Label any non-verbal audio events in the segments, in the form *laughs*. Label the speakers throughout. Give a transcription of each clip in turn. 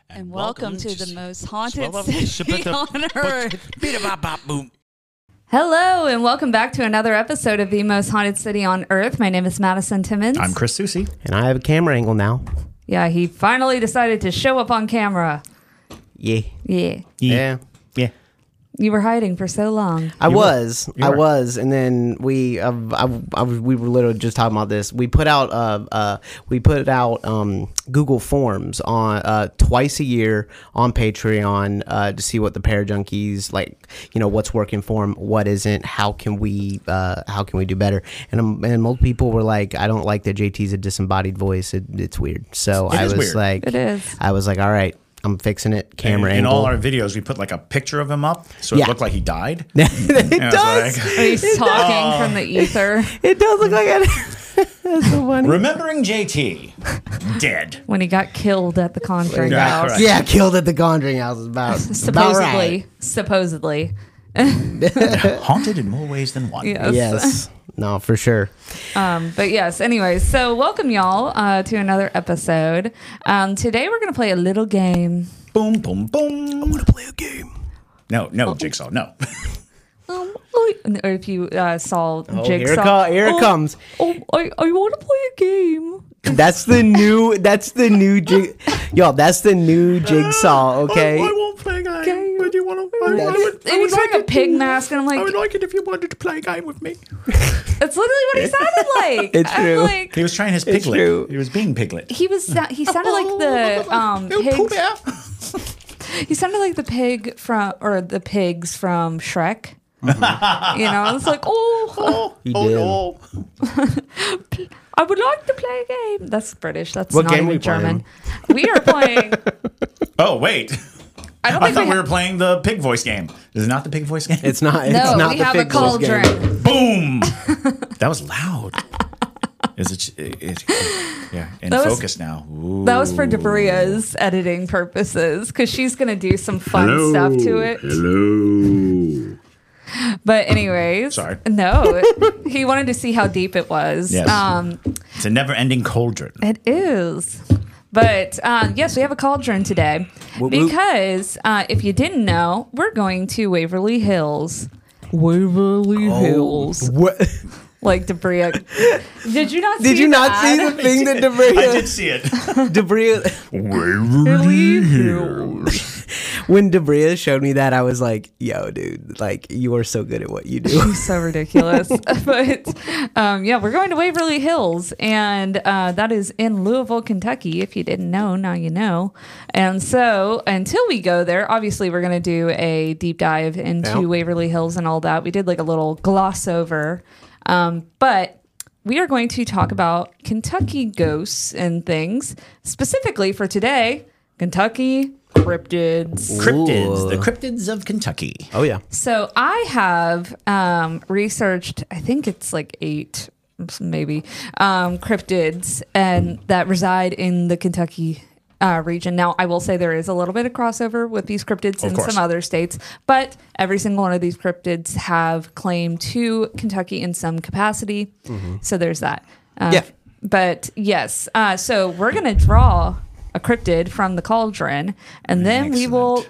Speaker 1: and, welcome, to, the most haunted
Speaker 2: Swallow-
Speaker 1: city *laughs*
Speaker 3: *laughs*
Speaker 1: on earth.
Speaker 2: Boom.
Speaker 3: Hello, and welcome back to another episode of The Most Haunted City on Earth. My name is Madison Timmons.
Speaker 2: I'm Chris Susi.
Speaker 4: And I have a camera angle now.
Speaker 3: Yeah, he finally decided to show up on camera.
Speaker 4: Yeah.
Speaker 3: Yeah.
Speaker 4: Yeah.
Speaker 2: Yeah.
Speaker 3: You were hiding for so long.
Speaker 4: I
Speaker 2: You were-
Speaker 4: was,
Speaker 2: you
Speaker 4: I
Speaker 2: were.
Speaker 4: was, and then we, uh, I, I was, we were literally just talking about this. We put out, uh, uh, we put out um, Google Forms on uh, twice a year on Patreon uh, to see what the pair junkies like. You know what's working for them, what isn't. How can we, uh, how can we do better? And um, and multiple people were like, I don't like that JT's a disembodied voice. It, it's weird. So
Speaker 2: It
Speaker 4: I
Speaker 2: is
Speaker 4: was
Speaker 2: weird.
Speaker 4: like,
Speaker 3: It is.
Speaker 4: I was like, all right, I'm fixing it.
Speaker 2: And
Speaker 4: Camera
Speaker 2: in
Speaker 4: angle.
Speaker 2: all our videos, we put like a picture of him up, so
Speaker 4: Yeah.
Speaker 2: it looked like he died.
Speaker 4: *laughs* it
Speaker 2: Yeah, it's
Speaker 4: does. *laughs*
Speaker 2: like-
Speaker 3: He's talking from the ether
Speaker 4: It does look like it. That's so funny.
Speaker 2: Remembering JT, dead.
Speaker 3: when he got killed at the Conjuring
Speaker 2: Yeah,
Speaker 3: House.
Speaker 2: correct.
Speaker 4: *laughs* Yeah, killed at the Conjuring House is about
Speaker 3: *laughs*
Speaker 4: about
Speaker 3: Supposedly.
Speaker 4: right.
Speaker 3: Supposedly.
Speaker 2: Haunted in more ways than one.
Speaker 3: Yes. *laughs*
Speaker 4: Yes, no, for sure.
Speaker 3: Um, but yes, anyways, so welcome y'all uh, to another episode. Um, today we're going to play a little game.
Speaker 2: Boom, boom, boom. I want to play a game. No, no,
Speaker 4: Oh.
Speaker 2: Jigsaw, no.
Speaker 3: Um, I, or if you uh, saw
Speaker 4: Oh, here it
Speaker 3: Jigsaw.
Speaker 4: co- here it
Speaker 3: Oh,
Speaker 4: comes.
Speaker 3: Oh, I, I want to play a game.
Speaker 4: That's the new. That's the new jig. Y'all, that's the new jigsaw. *laughs* Okay.
Speaker 2: *laughs* I, I won't play a game.
Speaker 3: Game.
Speaker 2: Would you want to? I, I
Speaker 4: That's-
Speaker 2: would, I
Speaker 3: And
Speaker 2: would
Speaker 3: he's
Speaker 2: like
Speaker 3: wearing a
Speaker 2: it.
Speaker 3: pig mask, and I'm like,
Speaker 2: I would like it if you wanted to play a game with me.
Speaker 3: that's literally what he
Speaker 4: *laughs*
Speaker 3: sounded like.
Speaker 4: It's
Speaker 3: I'm
Speaker 4: true.
Speaker 3: like,
Speaker 2: He was trying his
Speaker 4: It's true.
Speaker 2: piglet. He was being piglet.
Speaker 3: he was sa- he sounded like the um pigs,
Speaker 2: out.
Speaker 3: he sounded like the pig from or the pigs from Shrek.
Speaker 4: Mm-hmm.
Speaker 3: you know, it's like *laughs* oh,
Speaker 2: Oh,
Speaker 4: He
Speaker 2: oh no.
Speaker 4: did.
Speaker 3: I would like to play a game. That's British. That's
Speaker 4: What
Speaker 3: not
Speaker 4: game
Speaker 3: even
Speaker 4: we
Speaker 3: German.
Speaker 4: playing?
Speaker 3: We are playing.
Speaker 2: Oh wait.
Speaker 3: I don't
Speaker 2: I
Speaker 3: think
Speaker 2: thought we
Speaker 3: ha-
Speaker 2: were playing the pig voice game. This is not the pig voice game.
Speaker 4: It's not. It's
Speaker 3: No,
Speaker 4: not
Speaker 3: we
Speaker 4: the
Speaker 3: have a
Speaker 4: Fig Boys game.
Speaker 3: cauldron. *laughs*
Speaker 2: *laughs* boom. that was loud. Is it? it, it- yeah, in
Speaker 3: That was-
Speaker 2: focus now. Ooh.
Speaker 3: That was for Debria's editing purposes because she's gonna do some fun stuff to it.
Speaker 2: Hello.
Speaker 3: But anyways,
Speaker 2: Sorry.
Speaker 4: *laughs*
Speaker 3: No, he wanted to see how deep it was.
Speaker 2: Yes.
Speaker 3: Um,
Speaker 2: It's a never-ending cauldron.
Speaker 3: It is. But um, yes, we have a cauldron today
Speaker 4: whoop.
Speaker 3: because uh, if you didn't know, we're going to Waverly Hills. Waverly
Speaker 4: Oh.
Speaker 3: Hills, *laughs*
Speaker 4: What?
Speaker 3: like
Speaker 4: *laughs*
Speaker 3: Debris. Did you not?
Speaker 4: Did
Speaker 3: see
Speaker 4: you not
Speaker 3: that?
Speaker 4: see the thing
Speaker 3: *laughs*
Speaker 4: that
Speaker 2: I did
Speaker 4: *laughs* Debria?
Speaker 2: see it.
Speaker 4: Debria.
Speaker 2: Waverly
Speaker 4: When Debria showed me that, I was like, "Yo, dude! Like, you are so good at what
Speaker 3: *laughs*
Speaker 4: you do."
Speaker 3: so ridiculous. *laughs* but um, yeah, we're going to Waverly Hills, and uh, that is in Louisville, Kentucky. If you didn't know, now you know. And so until we go there, obviously, we're going to do a deep dive into
Speaker 4: Yeah.
Speaker 3: Waverly Hills and all that. We did like a little gloss over, um, but. We are going to talk about Kentucky ghosts and things specifically for today Kentucky cryptids.
Speaker 2: Cryptids, the cryptids of Kentucky.
Speaker 4: Oh yeah.
Speaker 3: So I have um, researched. I think it's like eight, maybe um, cryptids, and that reside in the Kentucky. Uh, region. Now, I will say there is a little bit of crossover with these cryptids in
Speaker 2: course.
Speaker 3: some other states, but every single one of these cryptids have claim to Kentucky in some capacity. So there's that. Uh,
Speaker 4: Yeah.
Speaker 3: But yes, uh, so we're going to draw a cryptid from the cauldron, and then we will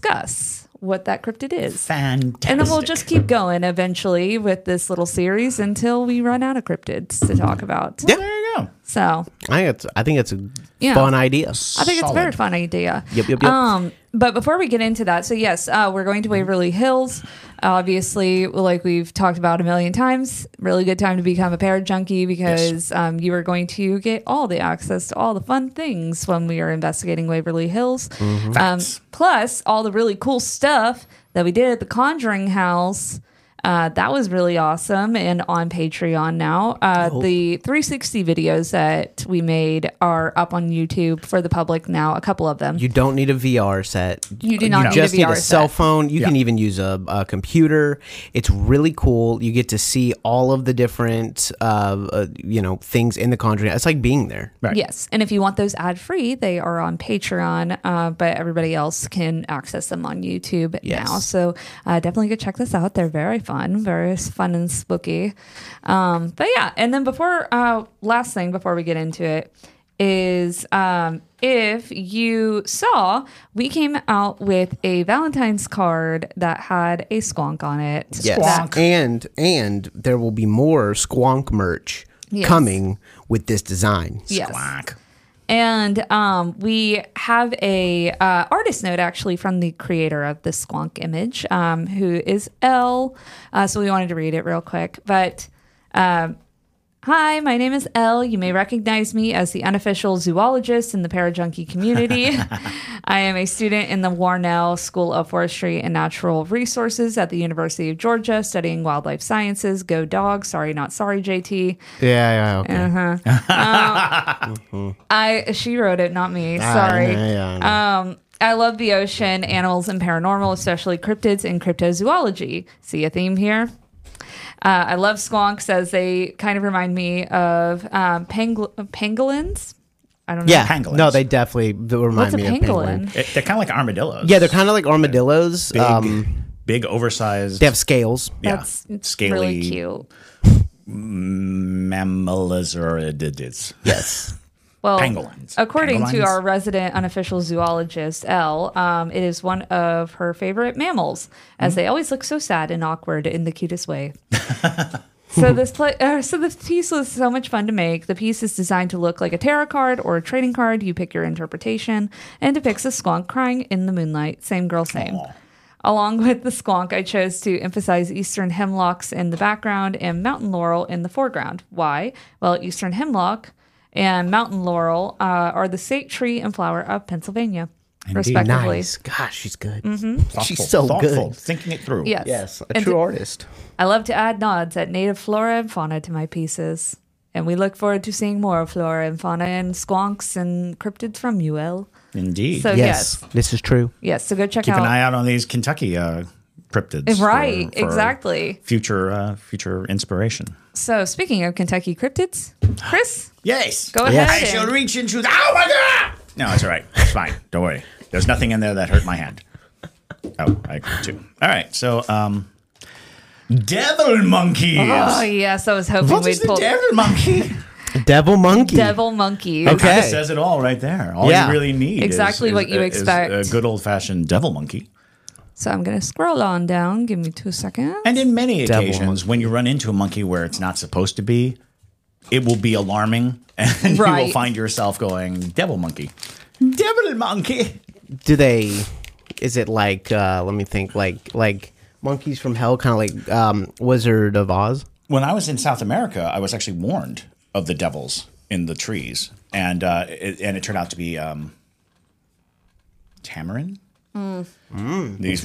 Speaker 3: discuss what that cryptid is.
Speaker 2: Fantastic.
Speaker 3: And then we'll just keep going eventually with this little series until we run out of cryptids to talk about.
Speaker 4: Yeah.
Speaker 2: There you go.
Speaker 3: So
Speaker 4: I think it's. I think it's a
Speaker 3: Yeah.
Speaker 4: fun idea.
Speaker 3: I think it's a very
Speaker 2: Solid.
Speaker 3: fun idea.
Speaker 4: Yep, yep, yep.
Speaker 3: Um, but before we get into that, so yes, uh, we're going to Waverly Hills. Obviously, like we've talked about a million times, really good time to become a parrot junkie because um, you are going to get all the access to all the fun things when we are investigating Waverly Hills. Um,
Speaker 2: Facts.
Speaker 3: plus, all the really cool stuff that we did at the Conjuring House. Uh, that was really awesome and on Patreon now. Uh, The 360 videos that we made are up on YouTube for the public now, a couple of them.
Speaker 4: You don't need a VR set.
Speaker 3: You do not
Speaker 4: you
Speaker 3: need
Speaker 4: just
Speaker 3: a VR
Speaker 4: need a
Speaker 3: set.
Speaker 4: cell phone. You can even use a, a computer. It's really cool. You get to see all of the different, uh, uh, you know, things in the Conjuring. It's like being there.
Speaker 2: Right.
Speaker 3: Yes. And if you want those ad free, they are on Patreon, uh, but everybody else can access them on YouTube
Speaker 4: Yes.
Speaker 3: now. So uh, definitely go check this out. They're very fun, very fun and spooky. Um, but yeah. And then before, uh, last thing before we get into it is um, if you saw, we came out with a Valentine's card that had a squonk on it.
Speaker 4: Yes.
Speaker 3: That-
Speaker 4: And and there will be more squonk merch
Speaker 3: Yes.
Speaker 4: coming with this design.
Speaker 3: Yes.
Speaker 2: Squawk.
Speaker 3: And um, we have a uh, artist note actually from the creator of the Squonk image, um, who is L. Uh, so we wanted to read it real quick. But um, hi, my name is L. You may recognize me as the unofficial zoologist in the parajunkie community. I am a student in the Warnell School of Forestry and Natural Resources at the University of Georgia, studying wildlife sciences. Go dog. Sorry, not sorry, JT.
Speaker 4: Yeah, yeah, okay.
Speaker 3: Uh-huh. I she wrote it, not me. Sorry.
Speaker 4: Uh, yeah, yeah,
Speaker 3: Um, I love the ocean, animals, and paranormal, especially cryptids and cryptozoology. See a theme here. Uh, I love squonks as they kind of remind me of um, pangol- pangolins. I don't know.
Speaker 4: Yeah.
Speaker 2: Pangolins.
Speaker 4: No, they definitely they
Speaker 3: What's
Speaker 4: remind
Speaker 3: a
Speaker 4: me
Speaker 3: pangolin?
Speaker 4: of penguin.
Speaker 2: It- they're kind of like armadillos.
Speaker 4: Yeah, they're kind of like armadillos.
Speaker 2: big,
Speaker 4: um,
Speaker 2: big, oversized.
Speaker 4: they have scales.
Speaker 2: yeah,
Speaker 3: That's
Speaker 2: scaly
Speaker 3: really cute.
Speaker 2: mammalizuridids.
Speaker 4: Yes.
Speaker 3: Well,
Speaker 2: Pangolins.
Speaker 3: According to
Speaker 2: Pangolins.
Speaker 3: our resident unofficial zoologist, Elle, um, it is one of her favorite mammals, as
Speaker 2: Mm-hmm.
Speaker 3: they always look so sad and awkward in the cutest way. *laughs* so this play, uh, so this piece was so much fun to make. The piece is designed to look like a tarot card or a trading card. You pick your interpretation, and depicts a squonk crying in the moonlight. Same girl, same. Along with the squonk, I chose to emphasize eastern hemlocks in the background and mountain laurel in the foreground. Why? Well, eastern hemlock and mountain laurel uh, are the state tree and flower of Pennsylvania, respectively. Mm-hmm.
Speaker 4: Nice. Gosh, she's good.
Speaker 2: Thoughtful,
Speaker 4: she's so
Speaker 2: thoughtful,
Speaker 4: good.
Speaker 2: Thinking it through.
Speaker 3: Yes.
Speaker 4: Yes, a
Speaker 3: And
Speaker 4: true
Speaker 3: th-
Speaker 4: artist.
Speaker 3: I love to add nods at native flora and fauna to my pieces. And we look forward to seeing more of flora and fauna and squonks and cryptids from UL.
Speaker 2: Indeed.
Speaker 3: So, yes.
Speaker 4: Yes,
Speaker 3: Oh, Yes.
Speaker 4: this is true.
Speaker 3: so go check
Speaker 2: Keep
Speaker 3: out.
Speaker 2: an eye out on these Kentucky uh, cryptids.
Speaker 3: Right,
Speaker 2: for- for
Speaker 3: exactly.
Speaker 2: Future, uh, future inspiration.
Speaker 3: So, speaking of Kentucky cryptids, Chris,
Speaker 2: Yes.
Speaker 3: go
Speaker 4: Yes.
Speaker 2: I
Speaker 3: ahead.
Speaker 2: shall
Speaker 3: and-
Speaker 2: reach into the. Oh my god! No, it's all right. It's fine. Don't worry. There's nothing in there that hurt my hand. Oh, I agree too. All right. So, um, devil monkeys.
Speaker 3: Oh yes, I was hoping
Speaker 2: what
Speaker 3: we'd
Speaker 2: is the
Speaker 3: pull
Speaker 2: devil monkey?
Speaker 4: Devil monkey.
Speaker 3: devil monkeys.
Speaker 4: Okay.
Speaker 2: That says it all right there. All
Speaker 4: Yeah.
Speaker 2: you really need is-
Speaker 3: Exactly
Speaker 2: is-
Speaker 3: what you
Speaker 2: is
Speaker 3: expect.
Speaker 2: a good old fashioned devil monkey.
Speaker 3: So I'm gonna scroll on down. Give me two seconds.
Speaker 2: And in many
Speaker 4: Devil
Speaker 2: occasions, when you run into a monkey where it's not supposed to be, it will be alarming, *laughs* and you
Speaker 3: Right.
Speaker 2: will find yourself going, "Devil monkey, devil monkey."
Speaker 4: Do they? Is it like? uh Let me think. Like like monkeys from hell, kind of like um Wizard of Oz.
Speaker 2: when I was in South America, I was actually warned of the devils in the trees, and uh, it, and it turned out to be um, tamarin. These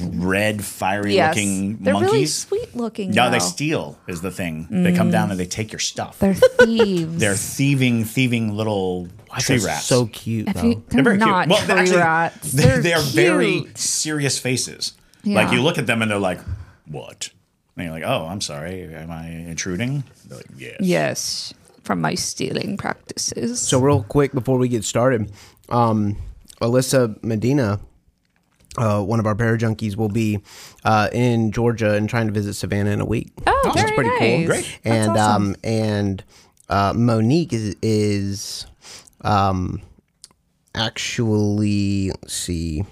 Speaker 3: Mm.
Speaker 2: red,
Speaker 3: yes,
Speaker 2: fiery-looking
Speaker 3: they're
Speaker 2: monkeys.
Speaker 3: really sweet looking.
Speaker 2: No, they
Speaker 3: though.
Speaker 2: steal is the thing. They come down and they take your stuff. They're,
Speaker 3: They're thieves.
Speaker 2: thieving, thieving little tree
Speaker 4: They're
Speaker 2: rats.
Speaker 4: So cute.
Speaker 3: If
Speaker 4: Though.
Speaker 3: you- they're,
Speaker 2: They're very
Speaker 3: not
Speaker 2: cute. Well,
Speaker 3: tree
Speaker 2: they're *laughs* actually,
Speaker 3: rats.
Speaker 2: They,
Speaker 3: They're
Speaker 2: they are very
Speaker 3: cute.
Speaker 2: serious faces.
Speaker 3: Yeah.
Speaker 2: Like you look at them and they're like, "What?" And you're like, "Oh, I'm sorry. Am I intruding?" They're like, "Yes."
Speaker 3: yes from my stealing practices.
Speaker 4: So real quick before we get started, um, Alyssa Medina, uh, one of our para junkies, will be uh, in Georgia and trying to visit Savannah in a week.
Speaker 3: oh,
Speaker 4: which is
Speaker 3: very
Speaker 4: pretty
Speaker 3: nice.
Speaker 4: cool.
Speaker 2: Great.
Speaker 3: That's
Speaker 4: and
Speaker 3: awesome.
Speaker 4: um and uh, Monique is is um actually let's see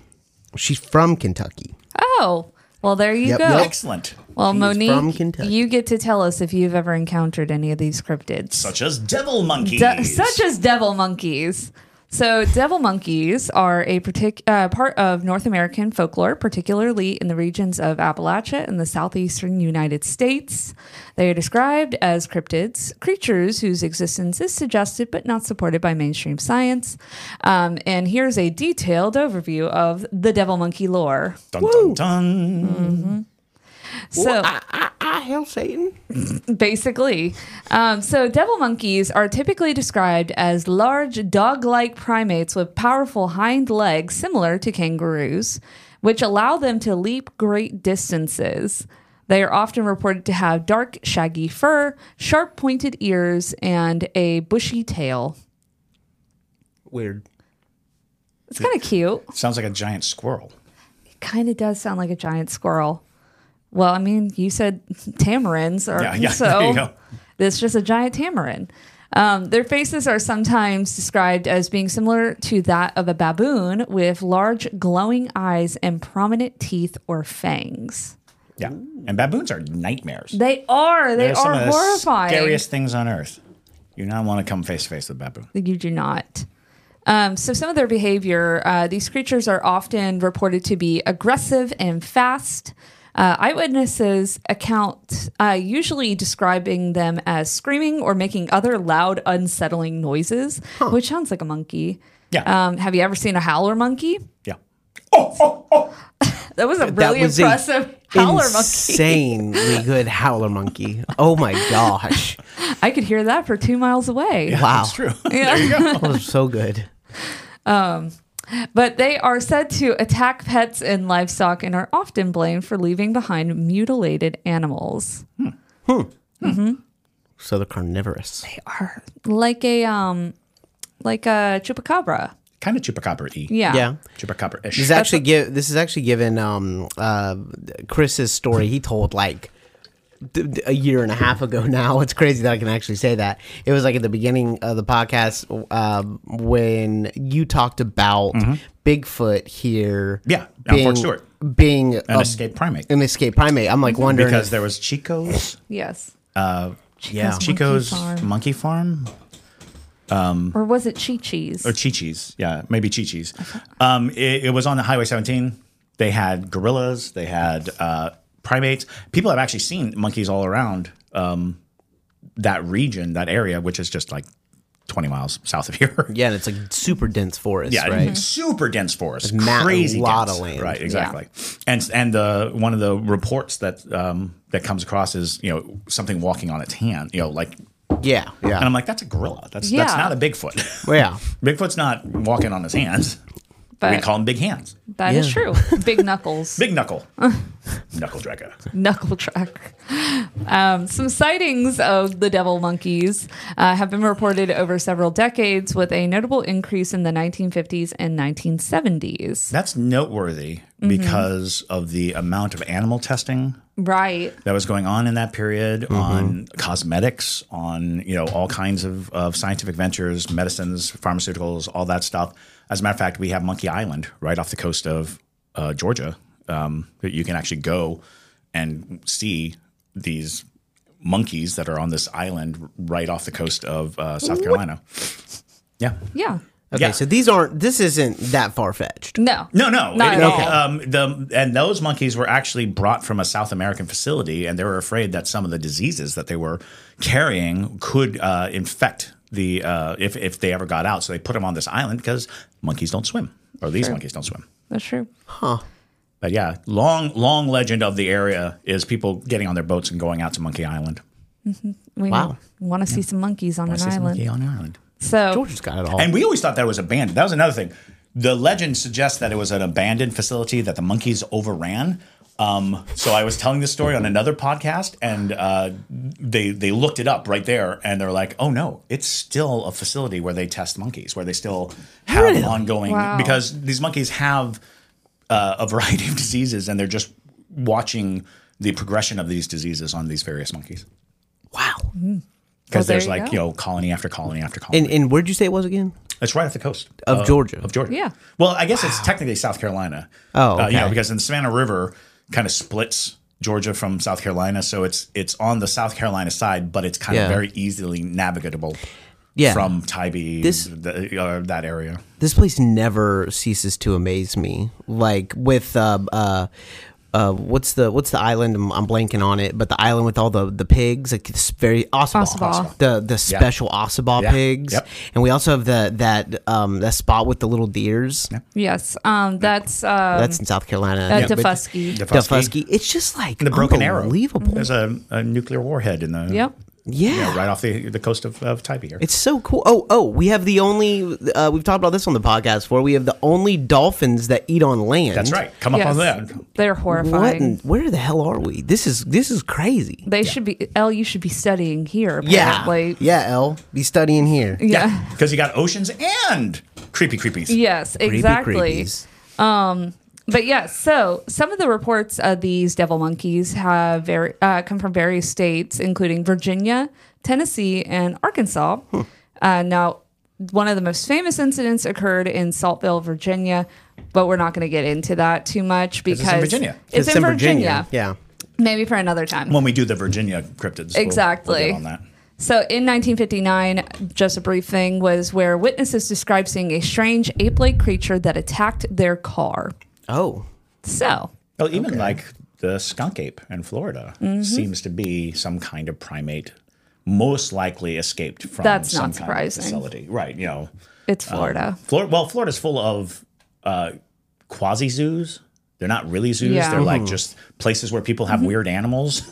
Speaker 4: she's from Kentucky.
Speaker 3: oh. Well, there you
Speaker 4: Yep,
Speaker 3: go.
Speaker 4: yep.
Speaker 2: Excellent.
Speaker 3: Well,
Speaker 4: She's
Speaker 3: Monique,
Speaker 4: from Kentucky.
Speaker 3: you get to tell us if you've ever encountered any of these cryptids.
Speaker 2: Such as devil monkeys.
Speaker 3: De- such as devil monkeys. So, devil monkeys are a partic- uh, part of North American folklore, particularly in the regions of Appalachia and the southeastern United States. They are described as cryptids, creatures whose existence is suggested but not supported by mainstream science. Um, and here's a detailed overview of the devil monkey lore.
Speaker 2: dun, dun, dun.
Speaker 3: So,
Speaker 4: I hail Satan?
Speaker 3: basically. Um, so, devil monkeys are typically described as large dog like primates with powerful hind legs similar to kangaroos, which allow them to leap great distances. They are often reported to have dark, shaggy fur, sharp pointed ears, and a bushy tail.
Speaker 4: Weird.
Speaker 3: It's kind of cute.
Speaker 2: Sounds like a giant squirrel.
Speaker 3: It kind of does sound like a giant squirrel. Well, I mean, you said *laughs* tamarins, or
Speaker 2: Yeah, *laughs* yeah,
Speaker 3: so
Speaker 2: there you go.
Speaker 3: it's just a giant tamarin. Um, their faces are sometimes described as being similar to that of a baboon, with large glowing eyes and prominent teeth or fangs.
Speaker 2: Yeah. And baboons are nightmares.
Speaker 3: They are. They
Speaker 2: They're
Speaker 3: are
Speaker 2: some of the
Speaker 3: horrifying.
Speaker 2: Scariest things on earth. You do not want to come face to face with a baboon.
Speaker 3: You do not. Um, so, some of their behavior, uh, these creatures are often reported to be aggressive and fast. Uh, eyewitnesses account, uh, usually describing them as screaming or making other loud, unsettling noises, which sounds like a monkey.
Speaker 2: Yeah.
Speaker 3: Um, have you ever seen a howler monkey?
Speaker 2: Yeah.
Speaker 3: That was a really
Speaker 4: that was
Speaker 3: impressive
Speaker 4: a
Speaker 3: howler
Speaker 4: insanely good howler monkey. Oh my gosh!
Speaker 3: *laughs* monkey. I could hear that for two miles away.
Speaker 4: Wow,
Speaker 2: That's true. *laughs*
Speaker 4: that was so good.
Speaker 3: But they are said to attack pets and livestock and are often blamed for leaving behind mutilated animals.
Speaker 4: So they're carnivorous.
Speaker 3: They are like a um like a chupacabra.
Speaker 2: kind of chupacabra y.
Speaker 3: Yeah.
Speaker 4: Yeah.
Speaker 2: Chupacabra
Speaker 4: This
Speaker 2: ish.
Speaker 4: is actually give. This is actually given um, uh, Chris's story. He told like d- d- a year and a half ago. *laughs* Now it's crazy that I can actually say that. It was like at the beginning of the podcast um, when you talked about Bigfoot here.
Speaker 2: Mm-hmm. Yeah, down Fort Stewart.
Speaker 4: being
Speaker 2: An
Speaker 4: a-
Speaker 2: escaped primate.
Speaker 4: an escaped primate. I'm like wondering
Speaker 2: Because
Speaker 4: if-
Speaker 2: there was Chico's.
Speaker 3: Yes.
Speaker 2: Uh, Yeah.
Speaker 3: Monkey
Speaker 2: Chico's
Speaker 3: Farm.
Speaker 2: Monkey Farm
Speaker 3: Or was it Chi Chi's?
Speaker 2: or Chi-Chi's. Yeah, maybe Chi-Chi's. Um, it, it was on the Highway 17. They had gorillas. They had uh, primates. People have actually seen monkeys all around um, that region, that area, which is just like 20 miles south of *laughs* here.
Speaker 4: Yeah, and it's like super dense forest,
Speaker 2: Yeah,
Speaker 4: right?
Speaker 2: super dense forest,
Speaker 4: ma-
Speaker 2: crazy
Speaker 4: lot
Speaker 2: dense.
Speaker 4: of land.
Speaker 2: Right, exactly. And and the one of the reports that um, that comes across is you know something walking on its hand, you know, like,
Speaker 4: Yeah,
Speaker 2: and I'm
Speaker 4: yeah,
Speaker 2: like, that's a gorilla. That's
Speaker 3: Yeah.
Speaker 2: that's not a Bigfoot.
Speaker 4: well, yeah.
Speaker 2: Bigfoot's not walking on his hands. we
Speaker 3: but
Speaker 2: call him Big Hands,
Speaker 3: that is
Speaker 4: Yeah.
Speaker 3: true.
Speaker 2: *laughs*
Speaker 3: Big knuckles.
Speaker 2: Big Knuckle, Knuckle Draco.
Speaker 3: knuckle track. Um, some sightings of the devil monkeys uh, have been reported over several decades, with a notable increase in the 1950s and 1970s.
Speaker 2: That's noteworthy because of the amount of animal testing
Speaker 3: Right.
Speaker 2: that was going on in that period on cosmetics, on you know all kinds of, of scientific ventures, medicines, pharmaceuticals, all that stuff. As a matter of fact, we have Monkey Island right off the coast of uh, Georgia um, that you can actually go and see these monkeys that are on this island right off the coast of uh, South Carolina. Yeah.
Speaker 3: Yeah.
Speaker 4: Okay,
Speaker 2: Yeah.
Speaker 4: so these aren't. This isn't that far fetched.
Speaker 3: No.
Speaker 2: No, no,
Speaker 3: Not
Speaker 2: It-
Speaker 3: at all.
Speaker 2: Um, the and those monkeys were actually brought from a South American facility, and they were afraid that some of the diseases that they were carrying could uh, infect the uh, if if they ever got out. So they put them on this island because monkeys don't swim, or these monkeys don't swim.
Speaker 3: That's true.
Speaker 2: But yeah, long long legend of the area is people getting on their boats and going out to Monkey Island.
Speaker 3: We
Speaker 4: Wow.
Speaker 3: want to see some monkeys on an
Speaker 2: This is
Speaker 3: island.
Speaker 2: Monkey on an island.
Speaker 3: So
Speaker 4: Georgia's got it all.
Speaker 2: And we always thought that was abandoned. That was another thing. The legend suggests that it was an abandoned facility that the monkeys overran. Um, so I was telling this story on another podcast, and uh, they they looked it up right there, and they're like, "Oh no, it's still a facility where they test monkeys, where they still have ongoing
Speaker 3: Wow.
Speaker 2: because these monkeys have uh, a variety of diseases, and they're just watching the progression of these diseases on these various monkeys
Speaker 4: wow.
Speaker 2: because
Speaker 3: Well, there
Speaker 2: there's
Speaker 3: you
Speaker 2: like
Speaker 3: go.
Speaker 2: you know colony after colony after colony.
Speaker 4: And and where'd you say it was again?
Speaker 2: It's right off the coast
Speaker 4: Of Georgia.
Speaker 2: Of Georgia.
Speaker 3: Yeah.
Speaker 2: Well, I guess it's technically South Carolina.
Speaker 4: Oh,
Speaker 2: Uh, yeah,
Speaker 4: okay.
Speaker 2: because the Savannah River kind of splits Georgia from South Carolina, so it's it's on the South Carolina side, but it's kind
Speaker 4: Yeah.
Speaker 2: of very easily navigable.
Speaker 4: Yeah.
Speaker 2: From Tybee,
Speaker 4: This-
Speaker 2: the, uh, that area.
Speaker 4: This place never ceases to amaze me. Like with uh, uh, uh, what's the what's the island? I'm, I'm blanking on it, but the island with all the the pigs, like it's very Ossabaw,
Speaker 3: Ossabaw.
Speaker 4: the the special Ossabaw
Speaker 2: Yeah.
Speaker 4: pigs,
Speaker 2: Yep.
Speaker 4: and we also have the that um that spot with the little deers.
Speaker 3: Yes. Um, that's um,
Speaker 4: That's in South Carolina.
Speaker 3: uh,
Speaker 4: But-
Speaker 3: Defusky.
Speaker 4: Defusky. It's just like
Speaker 2: The Broken Arrow.
Speaker 4: unbelievable.
Speaker 2: There's a, a nuclear warhead in the
Speaker 3: Yep.
Speaker 4: Yeah.
Speaker 2: you know, right off the, the coast of, of Taipei here.
Speaker 4: It's so cool. Oh, oh, we have the only uh, we've talked about this on the podcast before. We have the only dolphins that eat on land.
Speaker 2: That's right. Come up
Speaker 3: Yes.
Speaker 2: on that.
Speaker 3: *laughs* They're
Speaker 4: What?
Speaker 3: horrifying.
Speaker 4: In, where the hell are we? This is this is crazy.
Speaker 3: They should be L. You should be studying here.
Speaker 4: Yeah.
Speaker 3: Apparently.
Speaker 4: yeah, L. Be studying here.
Speaker 3: Yeah.
Speaker 2: Because you got oceans and creepy creepies.
Speaker 3: *laughs* Yes.
Speaker 4: Creepy
Speaker 3: Exactly.
Speaker 4: creepies.
Speaker 3: But yeah, so some of the reports of these devil monkeys have very, uh, come from various states, including Virginia, Tennessee, and Arkansas. Uh, now, one of the most famous incidents occurred in Saltville, Virginia, but we're not going to get into that too much because
Speaker 2: in Virginia.
Speaker 3: It's, in, Virginia.
Speaker 4: Yeah.
Speaker 3: Maybe for another time.
Speaker 2: When we do the Virginia cryptids. we'll-
Speaker 3: Exactly.
Speaker 2: We'll, get on that.
Speaker 3: So in 1959, just a brief thing was where witnesses described seeing a strange ape-like creature that attacked their car.
Speaker 4: Oh.
Speaker 3: So
Speaker 2: Well, even like the skunk ape in Florida
Speaker 3: Mm-hmm.
Speaker 2: seems to be some kind of primate, most likely escaped from
Speaker 3: That's
Speaker 2: some
Speaker 3: not
Speaker 2: kind of
Speaker 3: surprising.
Speaker 2: facility. Right. You know,
Speaker 3: it's Florida.
Speaker 2: Florida. Well, Florida's full of uh, quasi zoos. They're not really zoos.
Speaker 3: Yeah. Mm-hmm.
Speaker 2: They're like just places where people have weird
Speaker 3: *laughs*
Speaker 2: animals.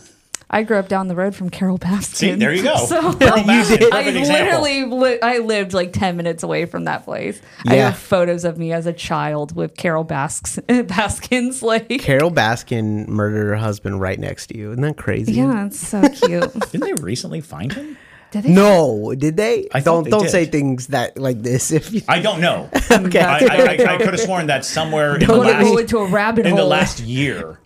Speaker 3: I grew up down the road from Carol Baskin.
Speaker 2: See, there you go.
Speaker 3: *laughs* So
Speaker 2: Carol Baskin, *laughs* perfect
Speaker 3: I
Speaker 2: example.
Speaker 3: literally, li- I lived like ten minutes away from that place. I
Speaker 4: Yeah.
Speaker 3: have photos of me as a child with Carol Basks, *laughs* Baskins. Like,
Speaker 4: Carol Baskin murdered her husband right next to you. Isn't that crazy?
Speaker 3: yeah, it's so cute.
Speaker 2: Didn't they recently find him?
Speaker 3: *laughs* Did they?
Speaker 4: No, did they?
Speaker 2: I
Speaker 4: don't
Speaker 2: thought they
Speaker 4: don't
Speaker 2: did.
Speaker 4: say things that like this if you
Speaker 2: I
Speaker 3: *laughs*
Speaker 2: don't know.
Speaker 4: Okay.
Speaker 2: I, I, I, I could have sworn that somewhere in the
Speaker 3: I'm gonna go
Speaker 2: last,
Speaker 3: into a rabbit
Speaker 2: in
Speaker 3: hole.
Speaker 2: the last
Speaker 3: *laughs*
Speaker 2: year.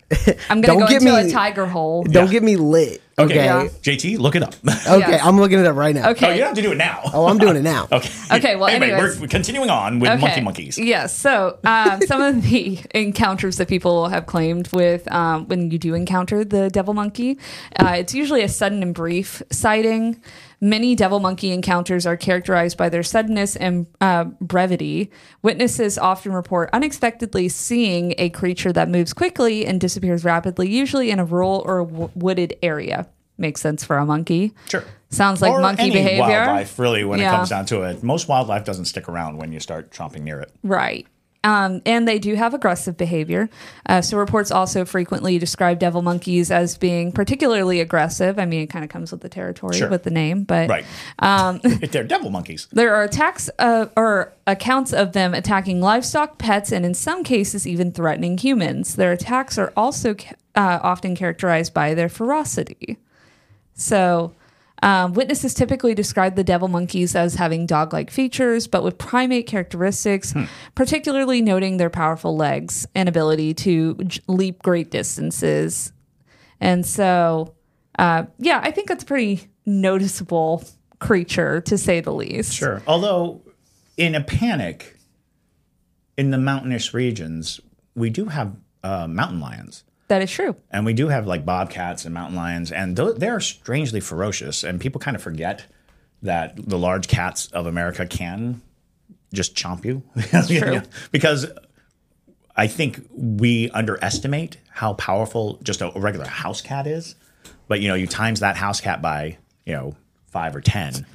Speaker 3: I'm gonna
Speaker 4: Don't
Speaker 3: go
Speaker 4: get
Speaker 3: into
Speaker 4: me-
Speaker 3: a tiger hole.
Speaker 4: don't get me lit. Okay.
Speaker 2: Okay,
Speaker 4: Okay,
Speaker 3: Yeah.
Speaker 2: JT, look it up. *laughs*
Speaker 3: Yes.
Speaker 4: I'm looking it up right now.
Speaker 2: Oh,
Speaker 3: Okay.
Speaker 2: you don't have to do it now.
Speaker 4: Oh, I'm doing
Speaker 2: *laughs*
Speaker 4: it now.
Speaker 2: Okay.
Speaker 3: *laughs* Okay, well,
Speaker 2: anyway,
Speaker 3: anyways.
Speaker 2: we're continuing on with
Speaker 3: Okay.
Speaker 2: monkey monkeys.
Speaker 3: Yeah. So
Speaker 2: *laughs*
Speaker 3: um, some of the encounters that people have claimed with um, when you do encounter the devil monkey, uh, it's usually a sudden and brief sighting. Many devil monkey encounters are characterized by their suddenness and uh, brevity. Witnesses often report unexpectedly seeing a creature that moves quickly and disappears rapidly, usually in a rural or w- wooded area. Makes sense for a monkey.
Speaker 2: Sure.
Speaker 3: Sounds like
Speaker 2: or
Speaker 3: monkey
Speaker 2: any
Speaker 3: behavior.
Speaker 2: wildlife, really, when
Speaker 3: Yeah.
Speaker 2: it comes down to it. Most wildlife doesn't stick around when you start chomping near it.
Speaker 3: Right. Um, and they do have aggressive behavior. Uh, so reports also frequently describe devil monkeys as being particularly aggressive. I mean, it kind of comes with the territory
Speaker 2: Sure.
Speaker 3: with the name, but
Speaker 2: Right.
Speaker 3: Um,
Speaker 2: *laughs* They're devil monkeys.
Speaker 3: there are attacks uh, or accounts of them attacking livestock, pets, and in some cases even threatening humans. Their attacks are also ca- uh, often characterized by their ferocity. So, um, witnesses typically describe the devil monkeys as having dog like features, but with primate characteristics, particularly noting their powerful legs and ability to j- leap great distances. And so, uh, yeah, I think that's a pretty noticeable creature to say the least.
Speaker 2: Sure. Although, in a panic, in the mountainous regions, we do have uh, mountain lions.
Speaker 3: That is true.
Speaker 2: And we do have like bobcats and mountain lions, and th- they're strangely ferocious. And people kind of forget that the large cats of America can just chomp you. *laughs* You
Speaker 3: true.
Speaker 2: know, Because I think we underestimate how powerful just a a regular house cat is. But you know, you times that house cat by you know five or ten.